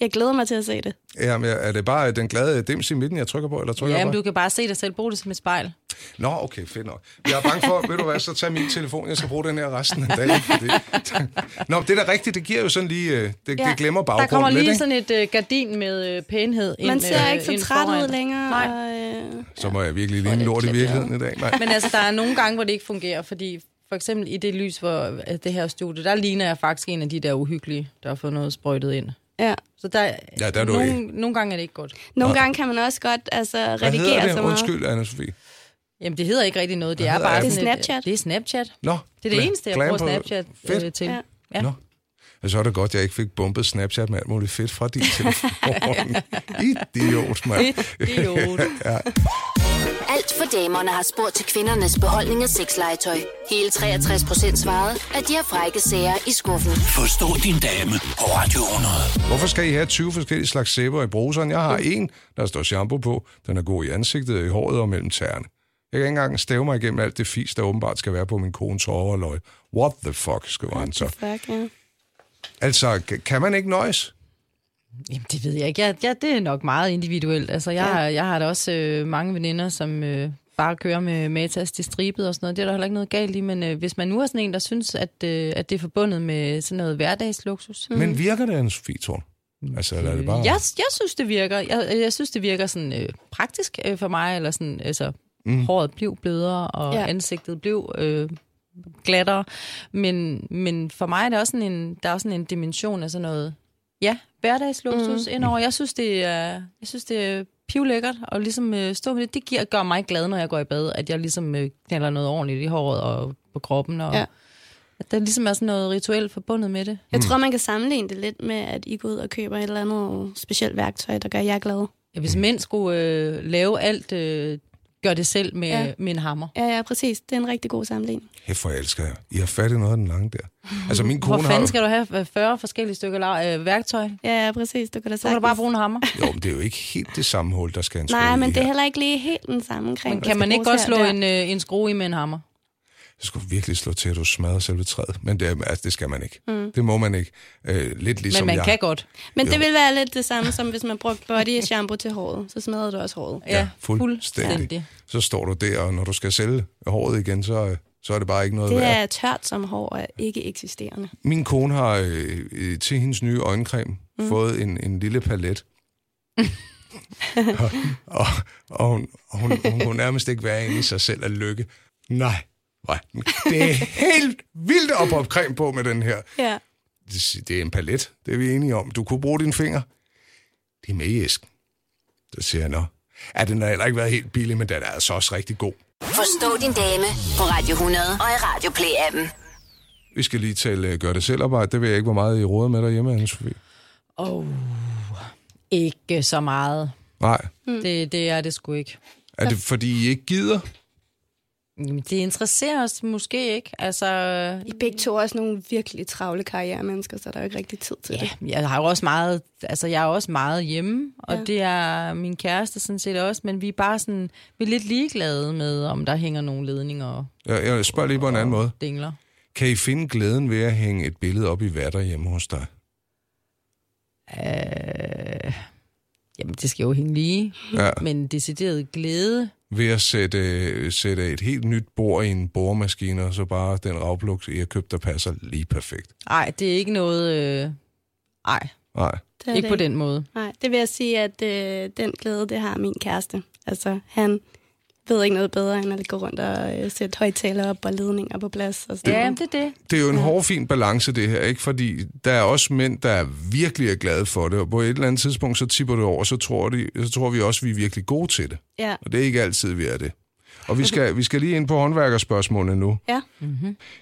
Speaker 4: Jeg glæder mig til at se det.
Speaker 3: Jamen, er er det bare øh, den glade dims i midten, jeg trykker på, eller trykker
Speaker 5: Ja,
Speaker 3: jeg
Speaker 5: men
Speaker 3: på?
Speaker 5: du kan bare se dig selv, bruge det som et spejl.
Speaker 3: Nå, okay, fedt nok. Jeg er bange for, ved du hvad, så tag min telefon, jeg skal bruge den her resten af dagen. Fordi... Nå, det er da rigtigt, det giver jo sådan lige... øh, Det, ja,
Speaker 4: Ja,
Speaker 3: det glemmer
Speaker 5: Der
Speaker 3: baggrunden
Speaker 5: kommer
Speaker 3: lidt,
Speaker 5: lige
Speaker 3: ikke?
Speaker 5: sådan et øh, gardin med øh, pænhed ind
Speaker 4: Man ser
Speaker 5: øh,
Speaker 4: ikke
Speaker 5: ind
Speaker 4: så træt ud
Speaker 5: foran.
Speaker 4: længere.
Speaker 5: Nej.
Speaker 4: Og, øh,
Speaker 3: Så må jeg virkelig lige en lort i virkeligheden i dag. Nej.
Speaker 5: Men altså, der er nogle gange, hvor det ikke fungerer, fordi for eksempel i det lys, hvor øh, det her studie, der ligner jeg faktisk en af de der uhyggelige, der har fået noget sprøjtet ind.
Speaker 4: ja.
Speaker 5: Så der,
Speaker 3: Ja, der er du
Speaker 5: nogle,
Speaker 3: ikke.
Speaker 5: nogle gange er det ikke godt.
Speaker 4: Nogle gange kan man også godt altså,
Speaker 3: Hvad hedder
Speaker 4: redigere
Speaker 3: det?
Speaker 4: så meget.
Speaker 3: Undskyld, Anna-Sofie.
Speaker 5: Jamen, det hedder ikke rigtig noget. Det er
Speaker 3: hedder
Speaker 5: bare
Speaker 3: appen?
Speaker 5: sådan
Speaker 4: Det er Snapchat.
Speaker 5: et- øh, Det er Snapchat.
Speaker 3: Nå,
Speaker 5: Det er det eneste, jeg
Speaker 3: glam
Speaker 5: bruger
Speaker 3: på-
Speaker 5: Snapchat
Speaker 3: Fedt.
Speaker 5: øh, til.
Speaker 4: Ja.
Speaker 5: Ja.
Speaker 3: Nå. Og så er det godt, jeg ikke fik bumpet Snapchat med alt muligt fedt fra din telefon. Idiot, mand.
Speaker 5: Idiot.
Speaker 1: Alt for damerne har spurgt til kvindernes beholdning af sexlegetøj. Hele 63 procent svarede, at de har frække sager i skuffen.
Speaker 2: Forstå din dame på Radio 100.
Speaker 3: Hvorfor skal I have 20 forskellige slags sæber i bruseren? Jeg har en, der står shampoo på. Den er god i ansigtet, i håret og mellem tæerne. Jeg kan ikke engang stave mig igennem alt det fis, der åbenbart skal være på min kones overløg. What the fuck, skriver han så.
Speaker 4: Fuck, ja.
Speaker 3: Altså, kan- kan man ikke nøjes?
Speaker 5: Jamen, det ved jeg ikke. Jeg, jeg, det er nok meget individuelt. Altså, jeg, ja. jeg har da også øh, mange veninder, som øh, bare kører med matas til stribet og sådan noget. Det er der heller ikke noget galt i, men øh, hvis man nu er sådan en, der synes, at, øh, at det er forbundet med sådan noget hverdagsluksus. Mm.
Speaker 3: Men virker det, Anne-Sofie Thorn? Altså, eller er det bare...
Speaker 5: Jeg, jeg synes, det virker. Jeg, jeg synes, det virker sådan øh, praktisk øh, for mig, eller sådan, altså, mm. håret blev blødere, og ja.
Speaker 4: Ja.
Speaker 5: ansigtet blev øh, glattere. Men, men for mig er der også sådan en, der er også sådan en dimension af sådan noget, ja, hverdagsluksus mm. indover. Jeg synes, det er, jeg synes, det er pivlækkert, og ligesom øh, stå med det, det giver, gør mig glad, når jeg går i bad, at jeg ligesom øh, knalder noget ordentligt i håret og på kroppen, og ja.
Speaker 4: Ja.
Speaker 5: at der ligesom er sådan noget rituelt forbundet med det.
Speaker 3: Hmm.
Speaker 4: Jeg tror, man kan sammenligne det lidt med, at I går ud og køber et eller
Speaker 3: Mm.
Speaker 4: andet specielt værktøj, der gør jer glade.
Speaker 5: Ja, hvis mænd skulle øh, lave alt øh, gør det selv med,
Speaker 4: Ja.
Speaker 5: ja. med en hammer.
Speaker 4: Ja, ja, præcis. Det er en rigtig god sammenligning.
Speaker 3: Hæft, hvor jeg elsker jer. I har fat i noget af den lange der. Altså, min
Speaker 5: Hvor
Speaker 3: kone har...
Speaker 5: fanden
Speaker 3: jo-
Speaker 5: skal du have øh, 40 forskellige stykker la- øh, værktøj? Så
Speaker 4: Ja, ja, præcis. Du kan da
Speaker 5: kan
Speaker 4: sagtens.
Speaker 5: du bare bruge en hammer.
Speaker 3: Jo, men det er jo ikke helt det samme hul, der skal en
Speaker 4: Nej,
Speaker 3: skrue i
Speaker 4: men det er
Speaker 3: her.
Speaker 4: heller ikke lige helt den samme kring.
Speaker 5: Kan man ikke godt slå en, øh, en skrue i med en hammer?
Speaker 3: Jeg skulle virkelig slå til, at du smadrer selve træet. Men det, er- altså, det skal man ikke. Mm. Det må man ikke. Øh, lidt ligesom
Speaker 5: Men man
Speaker 3: jeg.
Speaker 5: kan godt.
Speaker 4: Men det vil være lidt det samme, som hvis man brugte body shampoo til håret. Så smadrer du også håret.
Speaker 5: Ja,
Speaker 3: fuldstændig. Så står du der, og når du skal sælge håret igen, så, øh, så er det bare ikke noget
Speaker 4: Det
Speaker 3: værd.
Speaker 4: er tørt som hår og ikke eksisterende.
Speaker 3: Min kone har øh, øh, til hendes nye øjencreme mm. fået en, en lille palet. og og, og hun, hun, hun kunne nærmest ikke være inde i sig selv af lykke. Nej, nej. Det er helt vildt at poppe creme på med den her.
Speaker 4: Ja.
Speaker 3: Det det er en palet, det er vi enige om. Du kunne bruge dine fingre. Det er med i æsken. Så siger jeg, nå. Ja, den har heller ikke været helt billig, men den er altså også rigtig god.
Speaker 1: Forstå din dame på Radio 100 og i Radio Play-appen.
Speaker 3: Vi skal lige tale øh, gør det selv arbejde. Det ved jeg ikke, hvor meget I råder med derhjemme, Anne-Sophie.
Speaker 5: Oh, ikke så meget.
Speaker 3: Nej.
Speaker 5: Mm. Det, det er det sgu ikke.
Speaker 3: Er det, fordi I ikke gider?
Speaker 5: Jamen, det interesserer os måske ikke. Altså,
Speaker 4: I begge to er også nogle virkelig travle karrieremennesker, så der er jo ikke rigtig tid til det.
Speaker 5: ja, jeg har jo også meget, altså, jeg er også meget hjemme, og ja. det er min kæreste sådan set også, men vi er bare sådan, vi er lidt ligeglade med, om der hænger nogle ledninger og
Speaker 3: Jeg, jeg spørger lige på en anden måde.
Speaker 5: dingler.
Speaker 3: Kan I finde glæden ved at hænge et billede op i vær hjemme hos dig?
Speaker 5: Øh, jamen, det skal jo hænge lige,
Speaker 3: Ja.
Speaker 5: men decideret glæde,
Speaker 3: Ved at sætte, øh, sætte et helt nyt bord i en boremaskine, og så bare den ravplugt, I har købt, der passer lige perfekt.
Speaker 5: nej, det er ikke noget, øh, nej,
Speaker 3: Nej.
Speaker 4: det er
Speaker 5: ikke
Speaker 4: det
Speaker 5: på den måde.
Speaker 4: Nej, det vil jeg sige, at øh, den glæde, det har min kæreste. Altså, han ved ikke noget bedre, end at gå rundt og øh, sætte højtaler op og ledninger på plads. Og sådan
Speaker 5: Ja,
Speaker 4: noget.
Speaker 5: det er det.
Speaker 3: Det er jo en hård, fin balance, det her, ikke? Fordi der er også mænd, der virkelig er glade for det, og på et eller andet tidspunkt, så tipper det over, så tror, de, så tror vi også, vi er virkelig gode til det.
Speaker 4: ja.
Speaker 3: Og det er ikke altid, vi er det. Og vi skal, vi skal lige ind på håndværkerspørgsmålene nu.
Speaker 4: ja.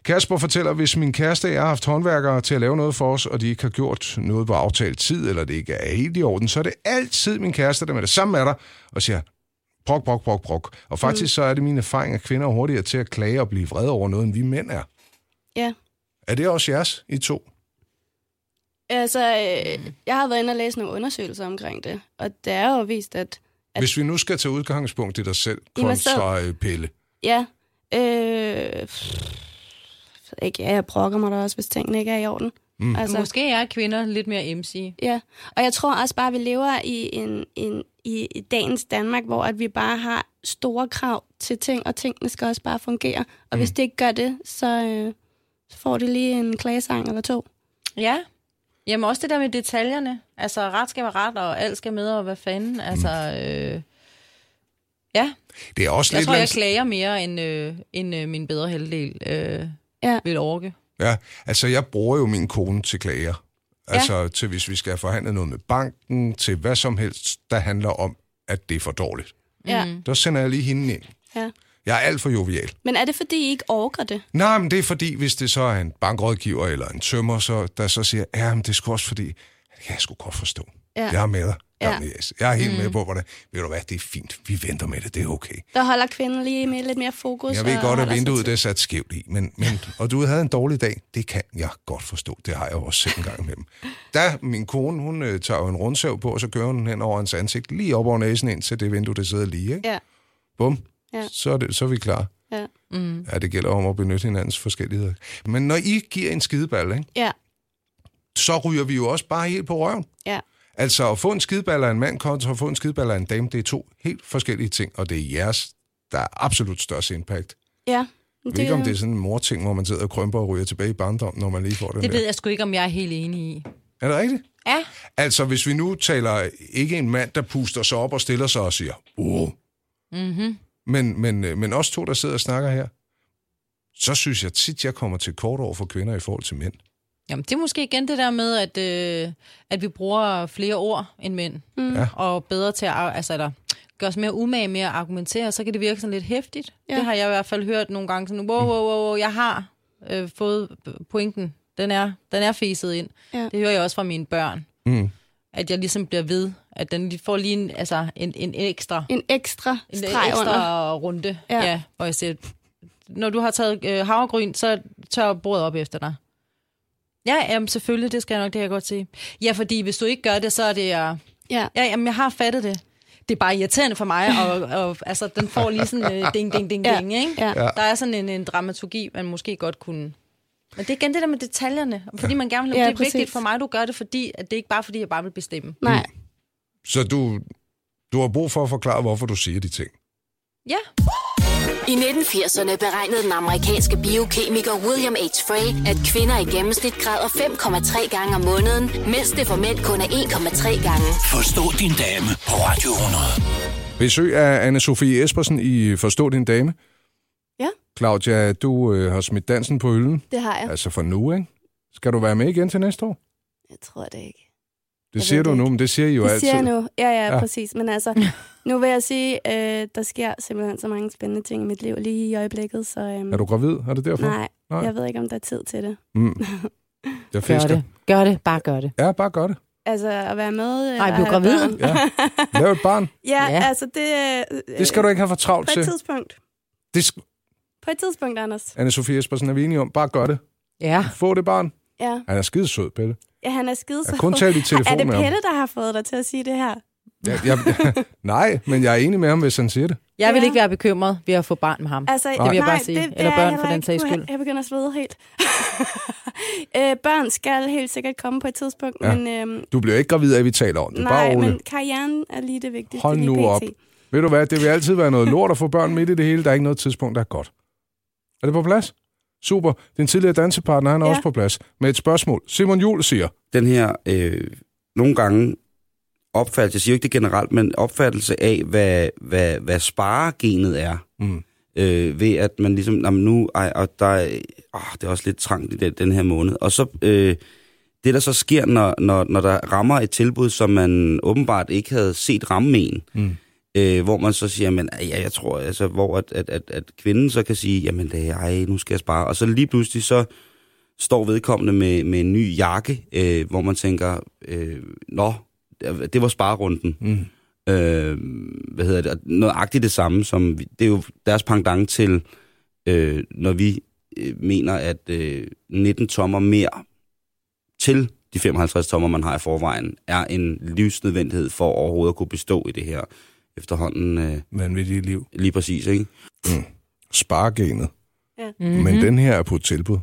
Speaker 3: Kasper fortæller, hvis min kæreste og jeg har haft håndværkere til at lave noget for os, og de ikke har gjort noget på aftalt tid, eller det ikke er helt i orden, så er det altid min kæreste, der med det samme er der, og siger, brok, brok, brok, brok. Og faktisk mm. så er det min erfaring, at kvinder er hurtigere til at klage og blive vrede over noget, end vi mænd er.
Speaker 4: ja.
Speaker 3: Er det også jeres, I to?
Speaker 4: Altså,
Speaker 3: Mm.
Speaker 4: øh, jeg har været inde og læse nogle undersøgelser omkring det, og det er jo vist, at
Speaker 3: Hvis vi nu skal tage udgangspunkt i dig selv,
Speaker 4: I mig selv.
Speaker 3: kontra øh, Pelle.
Speaker 4: ja, øh, pff, ved ikke, ja, jeg brokker mig da også, hvis tingene ikke er i orden. Mm.
Speaker 5: Altså, Måske er kvinder lidt mere MC.
Speaker 4: Ja, og jeg tror også bare, at vi lever i, en, en, i i dagens Danmark, hvor at vi bare har store krav til ting, og tingene skal også bare fungere. Og mm. hvis det ikke gør det, så, øh, så får de lige en klagesang eller to.
Speaker 5: Ja. Jamen også det der med detaljerne. Altså, ret skal være ret, og alt skal med, og hvad fanden. Altså, øh, ja.
Speaker 3: Mm. Det er også
Speaker 5: Jeg
Speaker 3: lidt...
Speaker 5: tror, jeg
Speaker 3: lands-
Speaker 5: klager mere, end, øh, end øh, min bedre halvdel øh,
Speaker 4: Ja.
Speaker 5: vil orke.
Speaker 3: Ja, altså jeg bruger jo min kone til klager. Altså ja. til hvis vi skal forhandle noget med banken, til hvad som helst, der handler om, at det er for dårligt.
Speaker 4: Ja.
Speaker 3: Der sender jeg lige hende ind.
Speaker 4: ja.
Speaker 3: Jeg er alt for jovial.
Speaker 4: Men er det, fordi I ikke orker det?
Speaker 3: Nej, men det er fordi, hvis det så er en bankrådgiver eller en tømmer, så, der så siger, ja, men det er sgu også fordi, det kan jeg sgu godt forstå.
Speaker 4: Ja.
Speaker 3: Jeg er med dig.
Speaker 4: Ja.
Speaker 3: Jamen, yes. Jeg er helt mm. med på, hvordan. Ved du hvad, det er fint. Vi venter med det, det er okay.
Speaker 4: Der holder kvinden lige med lidt mere fokus.
Speaker 3: Jeg ved
Speaker 4: og
Speaker 3: godt, at
Speaker 4: holder sig
Speaker 3: vinduet
Speaker 4: til-
Speaker 3: det er sat skævt i, men, men, og du havde en dårlig dag, det kan jeg godt forstå. Det har jeg jo også selv en gang med dem. Da min kone, hun øh, tager jo en rundsav på, og så kører hun hen over hans ansigt, lige op over næsen ind til det vindue, det sidder lige. Ikke?
Speaker 4: Ja,
Speaker 3: Bum,
Speaker 4: Ja. Mm.
Speaker 3: så, er det, så er vi klar.
Speaker 4: ja,
Speaker 3: Ja, det gælder om at benytte hinandens forskelligheder. Men når I giver en skideball, ikke,
Speaker 4: ja,
Speaker 3: så ryger vi jo også bare helt på røven.
Speaker 4: ja.
Speaker 3: Altså at få en skideball af en mand kontra at få en skideball af en dame, det er to helt forskellige ting, og det er jeres, der er absolut størst impact.
Speaker 4: ja.
Speaker 3: Jeg ved ikke, om det er sådan en morting, hvor man sidder og krømper og ryger tilbage i barndommen, når man lige får den
Speaker 5: Det
Speaker 3: der.
Speaker 5: ved jeg sgu ikke, om jeg er helt enig i.
Speaker 3: Er det rigtigt?
Speaker 5: Ja.
Speaker 3: Altså, hvis vi nu taler ikke en mand, der puster sig op og stiller sig og siger, wow. Mm-hmm.
Speaker 5: Mhm.
Speaker 3: Men, men, øh, men os to, der sidder og snakker her, så synes jeg tit, jeg kommer til kort over for kvinder i forhold til mænd.
Speaker 5: Jamen, det er måske igen det der med, at, øh, at vi bruger flere ord end mænd. Mm.
Speaker 3: Ja.
Speaker 5: Og bedre til at, ar- altså, eller, gør os mere umage med at argumentere, så kan det virke sådan lidt hæftigt.
Speaker 4: Ja.
Speaker 5: Ja. Det har jeg i hvert fald hørt nogle gange. Sådan, wow, wow, wow, wow jeg har øh, fået pointen. Den er, den er feset ind.
Speaker 4: Ja.
Speaker 5: Det hører jeg også fra mine børn.
Speaker 3: Mm.
Speaker 5: At jeg ligesom bliver ved, at den lige får lige en, altså, en, en ekstra,
Speaker 4: En ekstra
Speaker 5: en øh,
Speaker 4: streg
Speaker 5: ekstra
Speaker 4: under.
Speaker 5: runde,
Speaker 4: Ja.
Speaker 5: ja. Ja, hvor jeg siger, når du har taget øh, havregryn, så tør bordet op efter dig. Ja, jamen selvfølgelig, det skal jeg nok, det kan jeg godt se. Ja, fordi hvis du ikke gør det, så er det... Øh,
Speaker 4: Ja.
Speaker 5: Ja, jamen, jeg har fattet det. Det er bare irriterende for mig, og, og altså, den får lige sådan øh, ding, ding, ding,
Speaker 4: Ja,
Speaker 5: ding, ikke?
Speaker 4: ja.
Speaker 5: Der er sådan en, en dramaturgi, man måske godt kunne... Men det er igen det der med detaljerne, og fordi man gerne vil,
Speaker 4: Ja,
Speaker 5: ja, det er
Speaker 4: præcis.
Speaker 5: præcis. vigtigt for mig, du gør det, fordi at det er ikke bare, fordi jeg bare vil bestemme.
Speaker 4: Nej,
Speaker 3: Så du, du har brug for at forklare, hvorfor du siger de ting.
Speaker 5: Ja,
Speaker 1: I 1980'erne beregnede den amerikanske biokemiker William H. Frey, at kvinder i gennemsnit græder 5,3 gange om måneden, mens det for mænd kun er 1,3 gange.
Speaker 2: Forstå din dame på Radio 100.
Speaker 3: Besøg af anne Sofie Espersen i Forstå din dame.
Speaker 4: Ja.
Speaker 3: Claudia, du øh, har smidt dansen på hylden.
Speaker 4: det har jeg.
Speaker 3: Ja. Altså for nu, ikke? Skal du være med igen til næste år?
Speaker 4: Jeg tror det ikke.
Speaker 3: Det
Speaker 4: Jeg
Speaker 3: siger
Speaker 4: ved
Speaker 3: du
Speaker 4: det
Speaker 3: nu,
Speaker 4: ikke.
Speaker 3: men det siger I jo
Speaker 4: det
Speaker 3: altid.
Speaker 4: siger jeg nu. Ja, ja,
Speaker 3: Ja.
Speaker 4: ja, præcis. Men altså, nu vil jeg sige, øh, der sker simpelthen så mange spændende ting i mit liv lige i øjeblikket, så øhm,
Speaker 3: Mm. Er du gravid? Er det derfor?
Speaker 4: nej,
Speaker 3: Nej.
Speaker 4: jeg ved ikke, om der er tid til det.
Speaker 3: Mm. Jeg fisker.
Speaker 5: Gør det. Bare gør det.
Speaker 3: Ja, bare gør det.
Speaker 4: Altså, at være med... øh,
Speaker 5: Ej,
Speaker 4: og
Speaker 5: blev
Speaker 4: have
Speaker 5: gravid?
Speaker 4: børn.
Speaker 3: Ja. Lav et barn.
Speaker 4: ja,
Speaker 5: Ja.
Speaker 4: ja, altså, det... øh,
Speaker 3: Det skal du ikke have for travlt
Speaker 4: På
Speaker 3: til.
Speaker 4: et tidspunkt.
Speaker 3: Det sk-
Speaker 4: På et tidspunkt, Anders.
Speaker 3: anne Sofie Espersen er vi enige om. Bare gør det.
Speaker 5: Ja.
Speaker 3: Få det barn.
Speaker 4: Ja,
Speaker 3: Han er skide sød, Pelle.
Speaker 4: ja han er skide
Speaker 3: Jeg har kun talt i telefon
Speaker 4: Er det
Speaker 3: med ham.
Speaker 4: Pelle, der har fået dig til at sige det her?
Speaker 3: Jeg, jeg, nej, men jeg er enig med ham, hvis han siger det.
Speaker 5: Jeg vil
Speaker 4: Ja.
Speaker 5: ikke være bekymret ved at få barn med ham.
Speaker 4: Altså,
Speaker 3: Det vil
Speaker 5: jeg
Speaker 4: nej,
Speaker 5: bare sige.
Speaker 4: Det, det
Speaker 5: Eller
Speaker 4: er
Speaker 5: børn,
Speaker 4: heller
Speaker 5: for den
Speaker 4: ikke.
Speaker 5: sags
Speaker 4: Uha,
Speaker 5: skyld.
Speaker 4: Jeg begynder at svede helt. øh, børn skal helt sikkert komme på et tidspunkt,
Speaker 3: Ja.
Speaker 4: ja. men øhm,
Speaker 3: Du bliver ikke gravid af, at vi taler om det.
Speaker 4: nej,
Speaker 3: Bare rolig.
Speaker 4: men karrieren er lige det vigtigste.
Speaker 3: Hold
Speaker 4: lige
Speaker 3: nu
Speaker 4: pt.
Speaker 3: op. Ved du hvad, det vil altid være noget lort at få børn midt i det hele. Der er ikke noget tidspunkt, der er godt. Er det på plads? Super. Din tidligere dansepartner, han er ja.
Speaker 4: Ja.
Speaker 3: også på plads. Med et spørgsmål. Simon Jul siger,
Speaker 6: den her øh, nogle gange opfattelse, jeg siger jo ikke det generelt, men opfattelse af, hvad, hvad, hvad sparegenet er.
Speaker 3: Mm.
Speaker 6: Øh, ved at man ligesom, "Nå, men nu, ej, og der, er- åh, det er også lidt trangt i den, den her måned. Og så, øh, det der så sker, når, når, når der rammer et tilbud, som man åbenbart ikke havde set ramme en,
Speaker 3: Mm.
Speaker 6: øh, hvor man så siger, men ej, ja, jeg tror, altså, hvor at, at, at, at kvinden så kan sige, jamen det, ej, nu skal jeg spare. Og så lige pludselig, så står vedkommende med, med en ny jakke, øh, hvor man tænker, øh, nå, det var sparerunden.
Speaker 3: Mm.
Speaker 6: Øh, hvad hedder det? Og Nøjagtigt det samme, som vi, det er jo deres pangdang til, øh, når vi øh, mener, at øh, 19 tommer mere til de 55 tommer, man har i forvejen, er en livsnødvendighed for overhovedet at kunne bestå i det her efterhånden øh,
Speaker 3: vanvittigt liv.
Speaker 6: lige præcis, ikke?
Speaker 3: Sparegenet.
Speaker 5: Mm-hmm.
Speaker 3: Mm-hmm. Men den her er på et tilbud.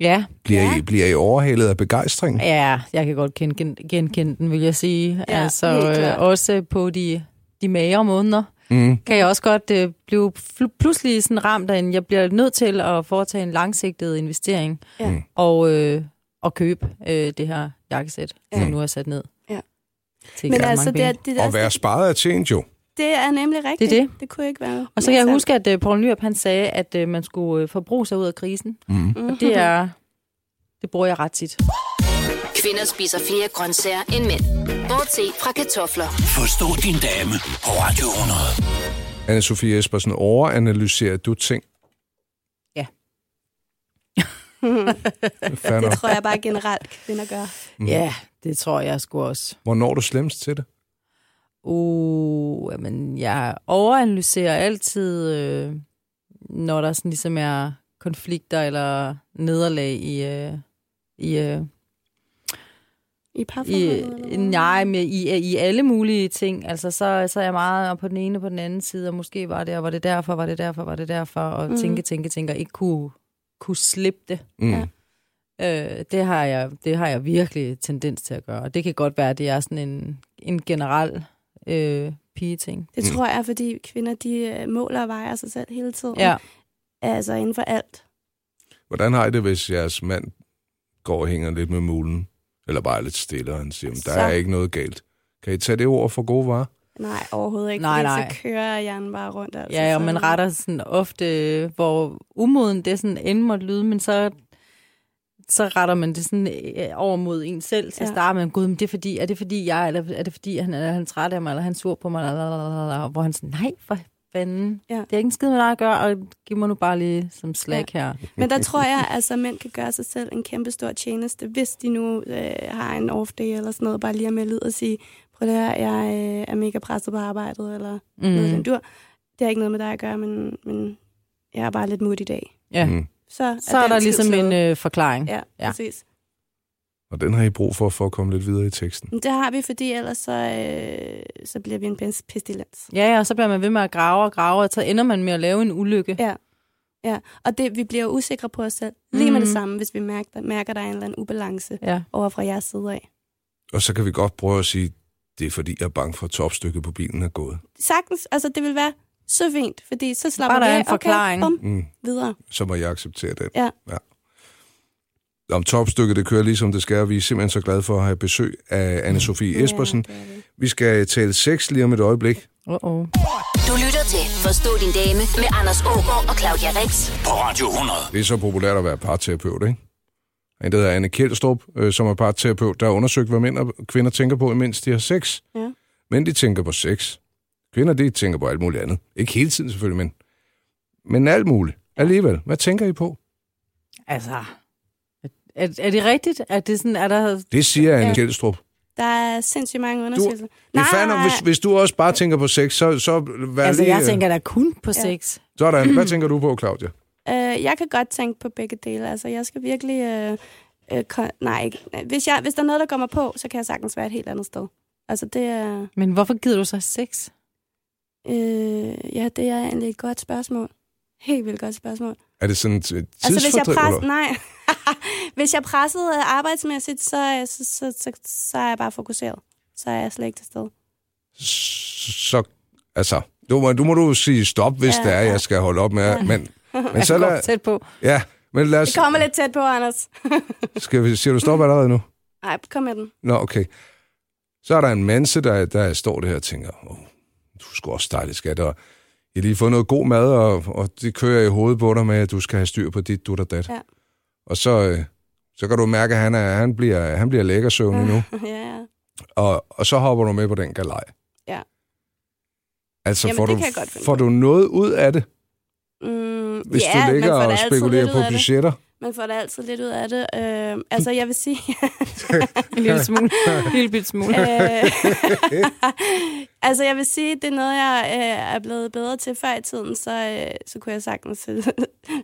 Speaker 5: Ja.
Speaker 3: Bliver, ja.
Speaker 4: Mhm. Ja.
Speaker 3: I, bliver I overhalet af begejstring?
Speaker 5: ja, jeg kan godt gen- gen- genkende den, vil jeg sige.
Speaker 4: Ja,
Speaker 5: altså,
Speaker 4: helt klart.
Speaker 5: øh, også på de, de magre måneder.
Speaker 3: Mm.
Speaker 5: kan jeg også godt øh, blive fl- pludselig sådan ramt af, en- jeg bliver nødt til at foretage en langsigtet investering
Speaker 4: Ja.
Speaker 3: Mm.
Speaker 5: og, øh, og købe øh, det her jakkesæt, ja. som
Speaker 3: Ja.
Speaker 5: nu er sat ned.
Speaker 4: Ja.
Speaker 5: Til
Speaker 4: Men
Speaker 5: ikke ret
Speaker 4: altså,
Speaker 5: mange
Speaker 4: det er,
Speaker 5: penge.
Speaker 4: det,
Speaker 3: Og
Speaker 4: er,
Speaker 3: være sparet er tjent jo.
Speaker 4: det er nemlig rigtigt.
Speaker 5: Det er det.
Speaker 4: det kunne ikke være
Speaker 5: Og så kan jeg huske, at øh, Poul Nyrup, han sagde, at øh, man skulle øh, forbruge sig ud af krisen.
Speaker 3: Mm.
Speaker 4: Mm-hmm.
Speaker 5: Og det er... Det bruger jeg ret tit.
Speaker 1: Kvinder spiser flere grøntsager end mænd. Bortset fra kartofler.
Speaker 2: Forstå din dame på Radio 100.
Speaker 3: anne Sofie Espersen, overanalyserer du ting?
Speaker 5: Ja.
Speaker 3: Fair
Speaker 4: Det
Speaker 3: nok.
Speaker 4: tror jeg bare generelt, kvinder gør.
Speaker 5: Mm. Ja, det tror jeg sgu også.
Speaker 3: Hvornår er du slemmest til det?
Speaker 5: Uh, jamen, jeg overanalyserer altid, øh, når der sådan ligesom er konflikter eller nederlag i... Øh, i, øh,
Speaker 4: I
Speaker 5: i
Speaker 4: parforholdet? eller hvad?
Speaker 5: nej, men i, i alle mulige ting. Altså, så, så er jeg meget og på den ene og på den anden side, og måske var det, og var det derfor, var det derfor, var det derfor, og mm. tænke, tænke, tænke, og ikke kunne, kunne slippe det.
Speaker 3: Mm.
Speaker 4: Ja.
Speaker 5: Øh, det, har jeg, det har jeg virkelig tendens til at gøre, og det kan godt være, at det er sådan en, en generel øh, pige-ting.
Speaker 4: Det tror jeg, fordi kvinder, de øh, måler og vejer sig selv hele tiden.
Speaker 5: Ja.
Speaker 4: Altså inden for alt.
Speaker 3: Hvordan har I det, hvis jeres mand går og hænger lidt med mulen? Eller bare er lidt stille, og han siger, "Men der
Speaker 4: Så-
Speaker 3: er ikke noget galt. Kan I tage det ord for gode varer?
Speaker 4: Nej, overhovedet ikke.
Speaker 5: Nej,
Speaker 4: fordi
Speaker 5: nej.
Speaker 4: Så kører hjernen bare rundt. Altså,
Speaker 5: Ja, og
Speaker 4: så-
Speaker 5: man retter sådan ofte, øh, hvor umoden det sådan end måtte lyde, men så, så retter man det sådan øh, over mod en selv. Så ja.
Speaker 4: Ja.
Speaker 5: starter man, gud, men det er fordi, er det fordi jeg, eller er det fordi han er han er træt af mig, eller er han sur på mig, eller, eller, eller, eller, hvor han sådan, nej, for fanden.
Speaker 4: Ja.
Speaker 5: Ja. Det er ikke en skid med dig at gøre, og giv mig nu bare lige som slag ja. her.
Speaker 4: Men der tror jeg, altså, at mænd kan gøre sig selv en kæmpe stor tjeneste, hvis de nu øh, har en off day eller sådan noget, bare lige at melde ud og sige, prøv det her, jeg øh, er mega presset på arbejdet, eller mm. noget i den dur. Det har ikke noget med dig at gøre, men, men jeg er bare lidt mood i dag.
Speaker 5: Ja.
Speaker 3: Mm.
Speaker 4: Så,
Speaker 5: Så er der
Speaker 4: den
Speaker 5: ligesom
Speaker 4: skidslået.
Speaker 5: en øh, forklaring.
Speaker 4: Ja, ja,
Speaker 5: ja.
Speaker 4: præcis.
Speaker 3: Og den har I brug for, for at komme lidt videre i teksten.
Speaker 4: Men det har vi, fordi ellers så, øh, så bliver vi en pes- pestilens.
Speaker 5: Ja, ja, og så bliver man ved med at grave og grave, og så ender man med at lave en ulykke.
Speaker 4: Ja. Ja, og det, vi bliver jo usikre på os selv. Lige mm. med det
Speaker 5: Mhm.
Speaker 4: samme, hvis vi mærker, mærker der er en eller anden ubalance
Speaker 5: Ja.
Speaker 4: over fra jeres side af.
Speaker 3: Og så kan vi godt prøve at sige, det er fordi, jeg er bange for, at topstykket på bilen er gået.
Speaker 4: Sagtens, altså det vil være så fint, fordi så slapper
Speaker 5: Bare der
Speaker 4: vi
Speaker 5: er
Speaker 4: af.
Speaker 5: en forklaring.
Speaker 4: Okay, bum,
Speaker 3: Mm.
Speaker 4: videre.
Speaker 3: Så må jeg acceptere den.
Speaker 4: Ja.
Speaker 3: ja. Om topstykket, det kører ligesom det skal, og vi er simpelthen så glade for at have besøg af anne Sofie Espersen.
Speaker 4: Ja, det er det.
Speaker 3: Vi skal tale sex lige om et øjeblik.
Speaker 5: Uh-oh.
Speaker 1: Du lytter til Forstå din dame med Anders Ågaard og Claudia Rex.
Speaker 2: På Radio 100.
Speaker 3: Det er så populært at være parterapeut, ikke? En, der hedder Anne Kjeldstrup, øh, som er parterapeut, der har undersøgt, hvad mænd og kvinder tænker på, imens de har sex.
Speaker 4: Ja.
Speaker 3: Mænd, de tænker på sex. Kvinder, de tænker på alt muligt andet. Ikke hele tiden selvfølgelig, men, men alt muligt. Alligevel, hvad tænker I på?
Speaker 5: Altså, er, er det rigtigt? Er, det sådan, er der...
Speaker 3: Det siger Anne ja. Kjeldstrup.
Speaker 4: Der er sindssygt mange undersøgelser.
Speaker 3: Det er fandme, hvis, hvis du også bare tænker på sex, så, så vær
Speaker 5: Altså,
Speaker 3: lige...
Speaker 5: jeg
Speaker 3: øh,
Speaker 5: tænker da kun på sex.
Speaker 3: Sådan,
Speaker 4: Mm.
Speaker 3: hvad tænker du på, Claudia?
Speaker 4: Øh, jeg kan godt tænke på begge dele. Altså, jeg skal virkelig... Øh, øh, kon- nej, ikke. Hvis, jeg, hvis der er noget, der kommer på, så kan jeg sagtens være et helt andet sted. Altså, det er...
Speaker 5: Men hvorfor gider du så sex?
Speaker 4: Øh, ja, det er egentlig et godt spørgsmål. Helt vildt godt spørgsmål.
Speaker 3: Er det sådan et tidsfordriv?
Speaker 4: Altså, hvis jeg, pres,
Speaker 3: eller?
Speaker 4: nej. hvis jeg er presset øh, arbejdsmæssigt, så, er- så, så, så, så er jeg bare fokuseret. Så er jeg slet ikke til stede.
Speaker 3: Så, altså, du må, du må du sige stop, hvis ja,
Speaker 4: Ja,
Speaker 3: det er,
Speaker 4: ja.
Speaker 3: jeg skal holde op med. Ja. Men, men så
Speaker 5: Kom
Speaker 3: lad,
Speaker 5: Altså, tæt på.
Speaker 3: ja, men lad os,
Speaker 4: Det Mm. kommer lidt tæt på, Anders.
Speaker 3: skal vi, siger du stop allerede nu?
Speaker 4: Nej, kom med den.
Speaker 3: Nå, okay. Så er der en manse, der, der står det her og tænker, oh, du skal også dejligt, skat, og jeg har lige fået noget god mad, og, og det kører i hovedet på dig med, at du skal have styr på dit dut og dat.
Speaker 4: Ja.
Speaker 3: Og så, øh, så kan du mærke, at han, er, han bliver, han bliver lækker søvnig nu,
Speaker 4: ja, ja.
Speaker 3: og, og så hopper du med på den galej.
Speaker 4: Ja.
Speaker 3: Altså,
Speaker 4: Jamen,
Speaker 3: får,
Speaker 4: det
Speaker 3: du,
Speaker 4: kan jeg godt finde
Speaker 3: får
Speaker 4: på.
Speaker 3: du noget ud af det,
Speaker 4: Mm,
Speaker 3: hvis
Speaker 4: ja,
Speaker 3: du ligger
Speaker 4: man får da
Speaker 3: og
Speaker 4: altid
Speaker 3: spekulerer
Speaker 4: lidt
Speaker 3: på
Speaker 4: ud af det.
Speaker 3: budgetter?
Speaker 4: Man får da altid lidt ud af det. Øh, altså, jeg vil sige...
Speaker 5: En lille smule. en lille bit smule.
Speaker 4: Øh, altså, jeg vil sige, det er noget, jeg øh, er blevet bedre til før i tiden, så, øh, så kunne jeg sagtens øh,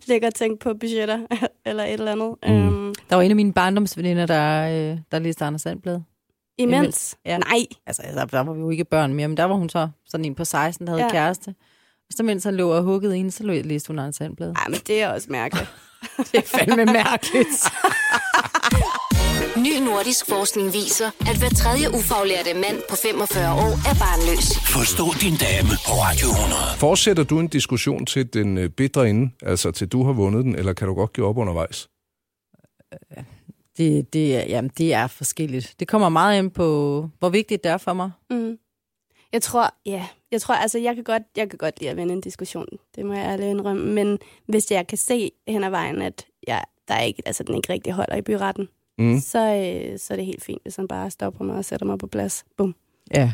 Speaker 4: ligge og tænke på budgetter eller et eller andet. Mm. Øhm,
Speaker 5: Der var en af mine barndomsveninder, der, øh, der læste Anders Sandblad.
Speaker 4: imens? Ja.
Speaker 5: Ja.
Speaker 4: Nej.
Speaker 5: Altså, altså, der var vi jo ikke børn mere, men der var hun så sådan en på 16, der havde
Speaker 4: Ja.
Speaker 5: ja. kæreste. Og så mens han lå og huggede hende, så lå- læste hun Anders Sandblad.
Speaker 4: Ej, men det er også mærkeligt.
Speaker 5: Det er fandme mærkeligt.
Speaker 1: Ny nordisk forskning viser, at hver tredje ufaglærte mand på 45 år er barnløs.
Speaker 2: Forstå din dame på Radio 100.
Speaker 3: Fortsætter du en diskussion til den øh, bedre ende, altså til du har vundet den, eller kan du godt give op undervejs?
Speaker 5: Det, det, er, jamen, det er forskelligt. Det kommer meget ind på, hvor vigtigt det er for mig.
Speaker 4: Mm. Jeg tror, ja. Jeg tror, altså, jeg kan godt, jeg kan godt lide at vende en diskussion. Det må jeg ærligt indrømme. Men hvis jeg kan se hen ad vejen, at jeg, der er ikke, altså, den ikke rigtig holder i byretten,
Speaker 3: Mm.
Speaker 4: mm. så, øh, så er det helt fint, hvis han bare stopper mig og sætter mig på plads. Bum.
Speaker 5: Ja.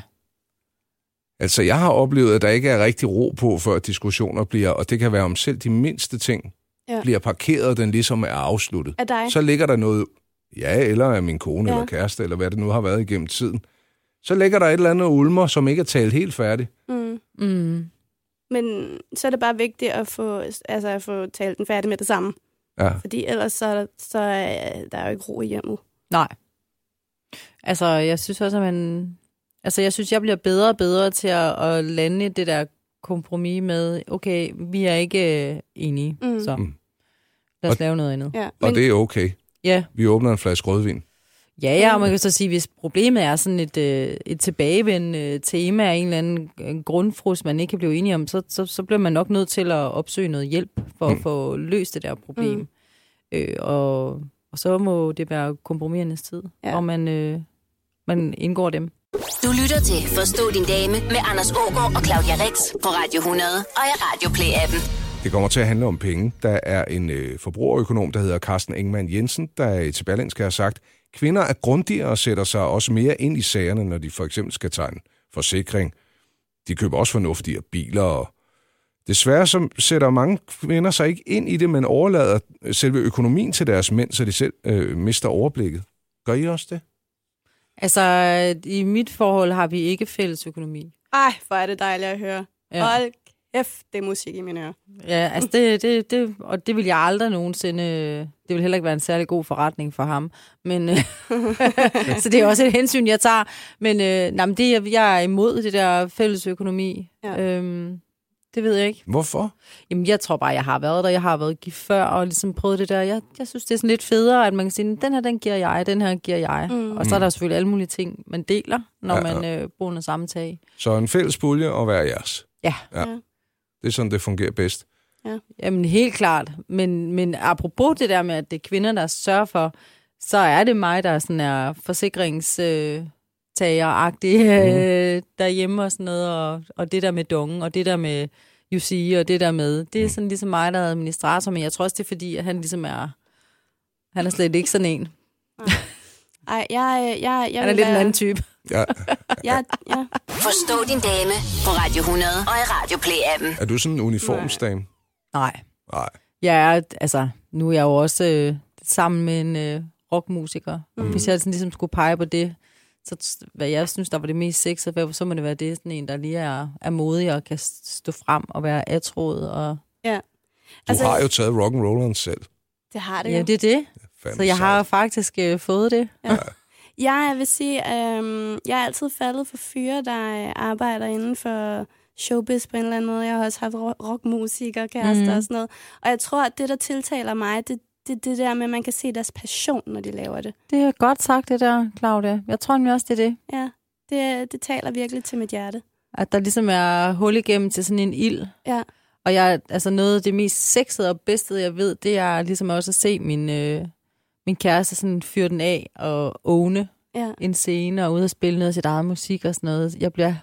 Speaker 3: Altså, jeg har oplevet, at der ikke er rigtig ro på, før diskussioner bliver, og det kan være om selv de mindste ting,
Speaker 4: Ja.
Speaker 3: ja. bliver parkeret, og den ligesom er afsluttet.
Speaker 4: Af dig?
Speaker 3: Så ligger der noget, ja, eller af min kone
Speaker 4: Ja.
Speaker 3: ja. eller kæreste, eller hvad det nu har været igennem tiden. Så ligger der et eller andet og ulmer, som ikke er talt helt færdigt.
Speaker 4: Mm.
Speaker 5: Mm.
Speaker 4: Men så er det bare vigtigt at få, altså, at få talt den færdig med det samme.
Speaker 3: Ja.
Speaker 4: Fordi ellers så, er der- så er der jo ikke ro i hjemmet.
Speaker 5: Nej. Altså, jeg synes også, at man... Altså, jeg synes, jeg bliver bedre og bedre til at, at lande det der kompromis med, okay, vi er ikke øh, enige,
Speaker 4: Mm.
Speaker 5: mm. så
Speaker 3: Mm.
Speaker 5: lad os
Speaker 3: Og-
Speaker 5: lave noget andet.
Speaker 4: Ja.
Speaker 3: Og
Speaker 4: Men,
Speaker 3: det er okay.
Speaker 5: Ja,
Speaker 3: Vi åbner en flaske rødvin.
Speaker 5: ja, ja og man kan så sige, hvis problemet er sådan et, øh, et tilbagevendende øh, tema af en eller anden øh, grundfrus, man ikke kan blive enige om, så, så, så bliver man nok nødt til at opsøge noget hjælp for mm. at få løst det der problem.
Speaker 4: Mm.
Speaker 5: Mm. Øh, og, og så må det være kompromisernes tid,
Speaker 4: Ja.
Speaker 5: ja. og man, øh, man indgår dem.
Speaker 1: Du lytter til Forstå din dame med Anders Ågaard og Claudia Rex på Radio 100 og i Radio Play-appen.
Speaker 3: Det kommer til at handle om penge. Der er en øh, forbrugerøkonom, der hedder Carsten Engman Jensen, der øh, til Berlinske har sagt, kvinder er grundigere og sætter sig også mere ind i sagerne, når de for eksempel skal tegne forsikring. De køber også fornuftigere biler og Desværre så sætter mange kvinder sig ikke ind i det, men overlader selve økonomien til deres mænd, så de selv øh, mister overblikket. Gør I også det?
Speaker 5: Altså, i mit forhold har vi ikke fælles økonomi.
Speaker 4: Ej, hvor er det dejligt at høre. Ja.
Speaker 5: Ja.
Speaker 4: Hold kæft, det er musik i mine ører.
Speaker 5: Ja, altså det, det, det, og det vil jeg aldrig nogensinde... Det vil heller ikke være en særlig god forretning for ham. Men, øh, så det er også et hensyn, jeg tager. Men, øh, nej, men det, jeg, jeg er imod det der fælles økonomi.
Speaker 4: Ja.
Speaker 5: Ja. Øhm, det ved jeg ikke.
Speaker 3: Hvorfor?
Speaker 5: Jamen, jeg tror bare, jeg har været der. Jeg har været gift før og ligesom prøvet det der. Jeg, jeg synes, det er sådan lidt federe, at man kan sige, den her, den giver jeg, den her giver jeg. Mm. Og så er der selvfølgelig alle mulige ting, man deler, når
Speaker 3: Ja,
Speaker 5: ja, man øh, bor under samme tag.
Speaker 3: Så en fælles pulje og hver jeres.
Speaker 5: Ja.
Speaker 3: ja.
Speaker 4: Ja.
Speaker 3: Det er sådan, det fungerer bedst.
Speaker 5: Jamen helt klart, men, men apropos det der med, at det er kvinder, der sørger for, så er det mig, der sådan er forsikringstager-agtig øh, derhjemme og sådan noget, og, og det der med dongen, og det der med UC, og det der med, det er sådan ligesom mig, der er administrator, men jeg tror også, det er fordi, at han ligesom er, han er slet ikke sådan en.
Speaker 4: Ej, jeg, øh, jeg, jeg,
Speaker 5: Han er
Speaker 4: vil
Speaker 5: lidt en
Speaker 4: være-
Speaker 5: anden type.
Speaker 3: Ja.
Speaker 4: Jeg, ja.
Speaker 1: Forstå din dame på Radio 100 og i Radio Play-appen.
Speaker 3: Er du sådan en uniformsdame?
Speaker 5: Nej,
Speaker 3: Nej.
Speaker 5: jeg er, altså, nu er jeg jo også øh, sammen med en øh, rockmusiker. Mm. Hvis jeg sådan ligesom skulle pege på det, så t- hvad jeg synes, der var det mest sexede, hvad- så må det være det, sådan en, der lige er, er modig og kan stå frem og være atroet. Og,
Speaker 4: ja.
Speaker 3: Du altså, har jo taget rock'n'rolleren selv.
Speaker 4: Det har det
Speaker 5: ja,
Speaker 4: jo.
Speaker 5: det er det.
Speaker 3: Fandme
Speaker 5: Så jeg har
Speaker 3: sejt.
Speaker 5: faktisk øh, fået det.
Speaker 4: Jeg vil sige, øhm, jeg er altid faldet for fyre, der øh, arbejder inden for showbiz på en eller anden måde. Jeg har også haft ro- rockmusikere, kærester mm. og sådan noget. Og jeg tror, at det, der tiltaler mig, det det, er det der med, at man kan se deres passion, når de laver det.
Speaker 5: Det er godt sagt, det der, Claudia. Jeg tror nemlig også, det er det.
Speaker 4: Ja, det, det taler virkelig til mit hjerte.
Speaker 5: At der ligesom er hul igennem til sådan en ild.
Speaker 4: Ja,
Speaker 5: Og jeg, altså noget af det mest sexede og bedste, jeg ved, det er ligesom også at se min, øh, min kæreste sådan fyre den af og åne
Speaker 4: ja.
Speaker 5: en scene og ud og spille noget af sit eget musik og sådan noget. Jeg bliver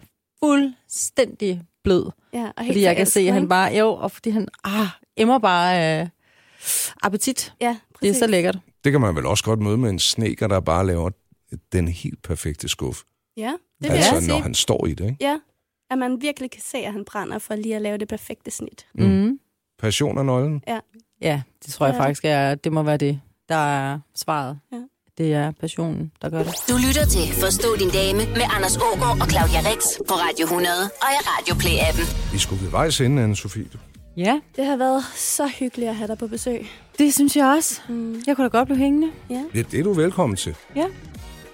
Speaker 5: fuldstændig blød,
Speaker 4: ja. Og helt
Speaker 5: fordi jeg kan
Speaker 4: forelsket,
Speaker 5: se, at han
Speaker 4: ikke?
Speaker 5: bare, jo, og fordi han ah, emmer bare øh, appetit.
Speaker 4: Ja,
Speaker 5: Det er
Speaker 4: præcis.
Speaker 5: så lækkert.
Speaker 3: Det kan man vel også godt møde med en sneker, der bare laver den helt perfekte skuff.
Speaker 4: Ja, det vil
Speaker 3: altså,
Speaker 4: jeg sige.
Speaker 3: når han står i det, ikke?
Speaker 4: Ja, at man virkelig kan se, at han brænder for lige at lave det perfekte snit.
Speaker 5: Mm. Mm.
Speaker 3: Passion er nøglen.
Speaker 5: Ja, det tror jeg
Speaker 4: Ja.
Speaker 5: faktisk er, det må være det, der er svaret.
Speaker 4: Ja.
Speaker 5: Det er passionen, der gør det.
Speaker 1: Du lytter til Forstå din dame med Anders Ågaard og Claudia Rex på Radio 100 og i Radio Play-appen.
Speaker 3: Vi skulle ved vejs ende, Anne-Sophie. du.
Speaker 5: Ja,
Speaker 4: Det har været så hyggeligt at have dig på besøg.
Speaker 5: det synes jeg også. Mm. Jeg kunne da godt blive hængende.
Speaker 3: Ja, det er du velkommen til.
Speaker 5: Ja.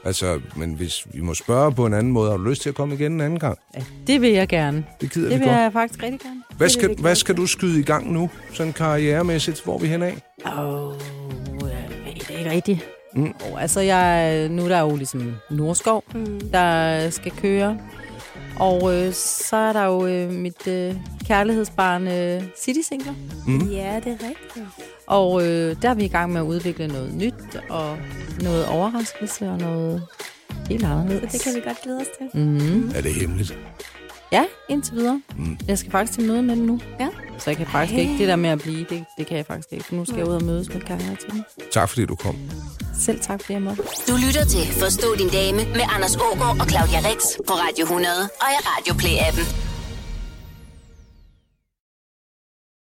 Speaker 3: Altså, men hvis vi må spørge på en anden måde, har du lyst til at komme igen en anden gang?
Speaker 5: ja det vil jeg gerne.
Speaker 3: Det gider
Speaker 5: Det
Speaker 3: vi
Speaker 5: vil
Speaker 3: godt.
Speaker 5: jeg faktisk rigtig gerne.
Speaker 3: Hvad skal, hvad skal du skyde i gang nu, sådan karrieremæssigt? Hvor er vi henad?
Speaker 5: Åh, øh, det er ikke rigtigt. Mm. Oh, altså, jeg, nu er der jo ligesom Nordskov, mm. der skal køre. Og øh, så er der jo øh, mit øh, kærlighedsbarn øh, City Singler.
Speaker 3: Mm.
Speaker 4: Ja, det er rigtigt.
Speaker 5: Og øh, der er vi i gang med at udvikle noget nyt, og noget overraskelse, og noget helt anderledes.
Speaker 4: Det kan vi godt glæde os til.
Speaker 3: Er det hemmeligt?
Speaker 5: Ja, indtil videre. Mm. Jeg skal faktisk til møde med dem nu.
Speaker 4: Ja.
Speaker 5: Så jeg kan faktisk ikke det der med at blive, det, det kan jeg faktisk ikke. Nu skal jeg ud og mødes med Karina til dem.
Speaker 3: Tak fordi du kom.
Speaker 5: Selv tak, fordi jeg måtte.
Speaker 1: Du lytter til Forstå din dame med Anders Ågaard og Claudia Rex på Radio 100 og i Radio Play-appen.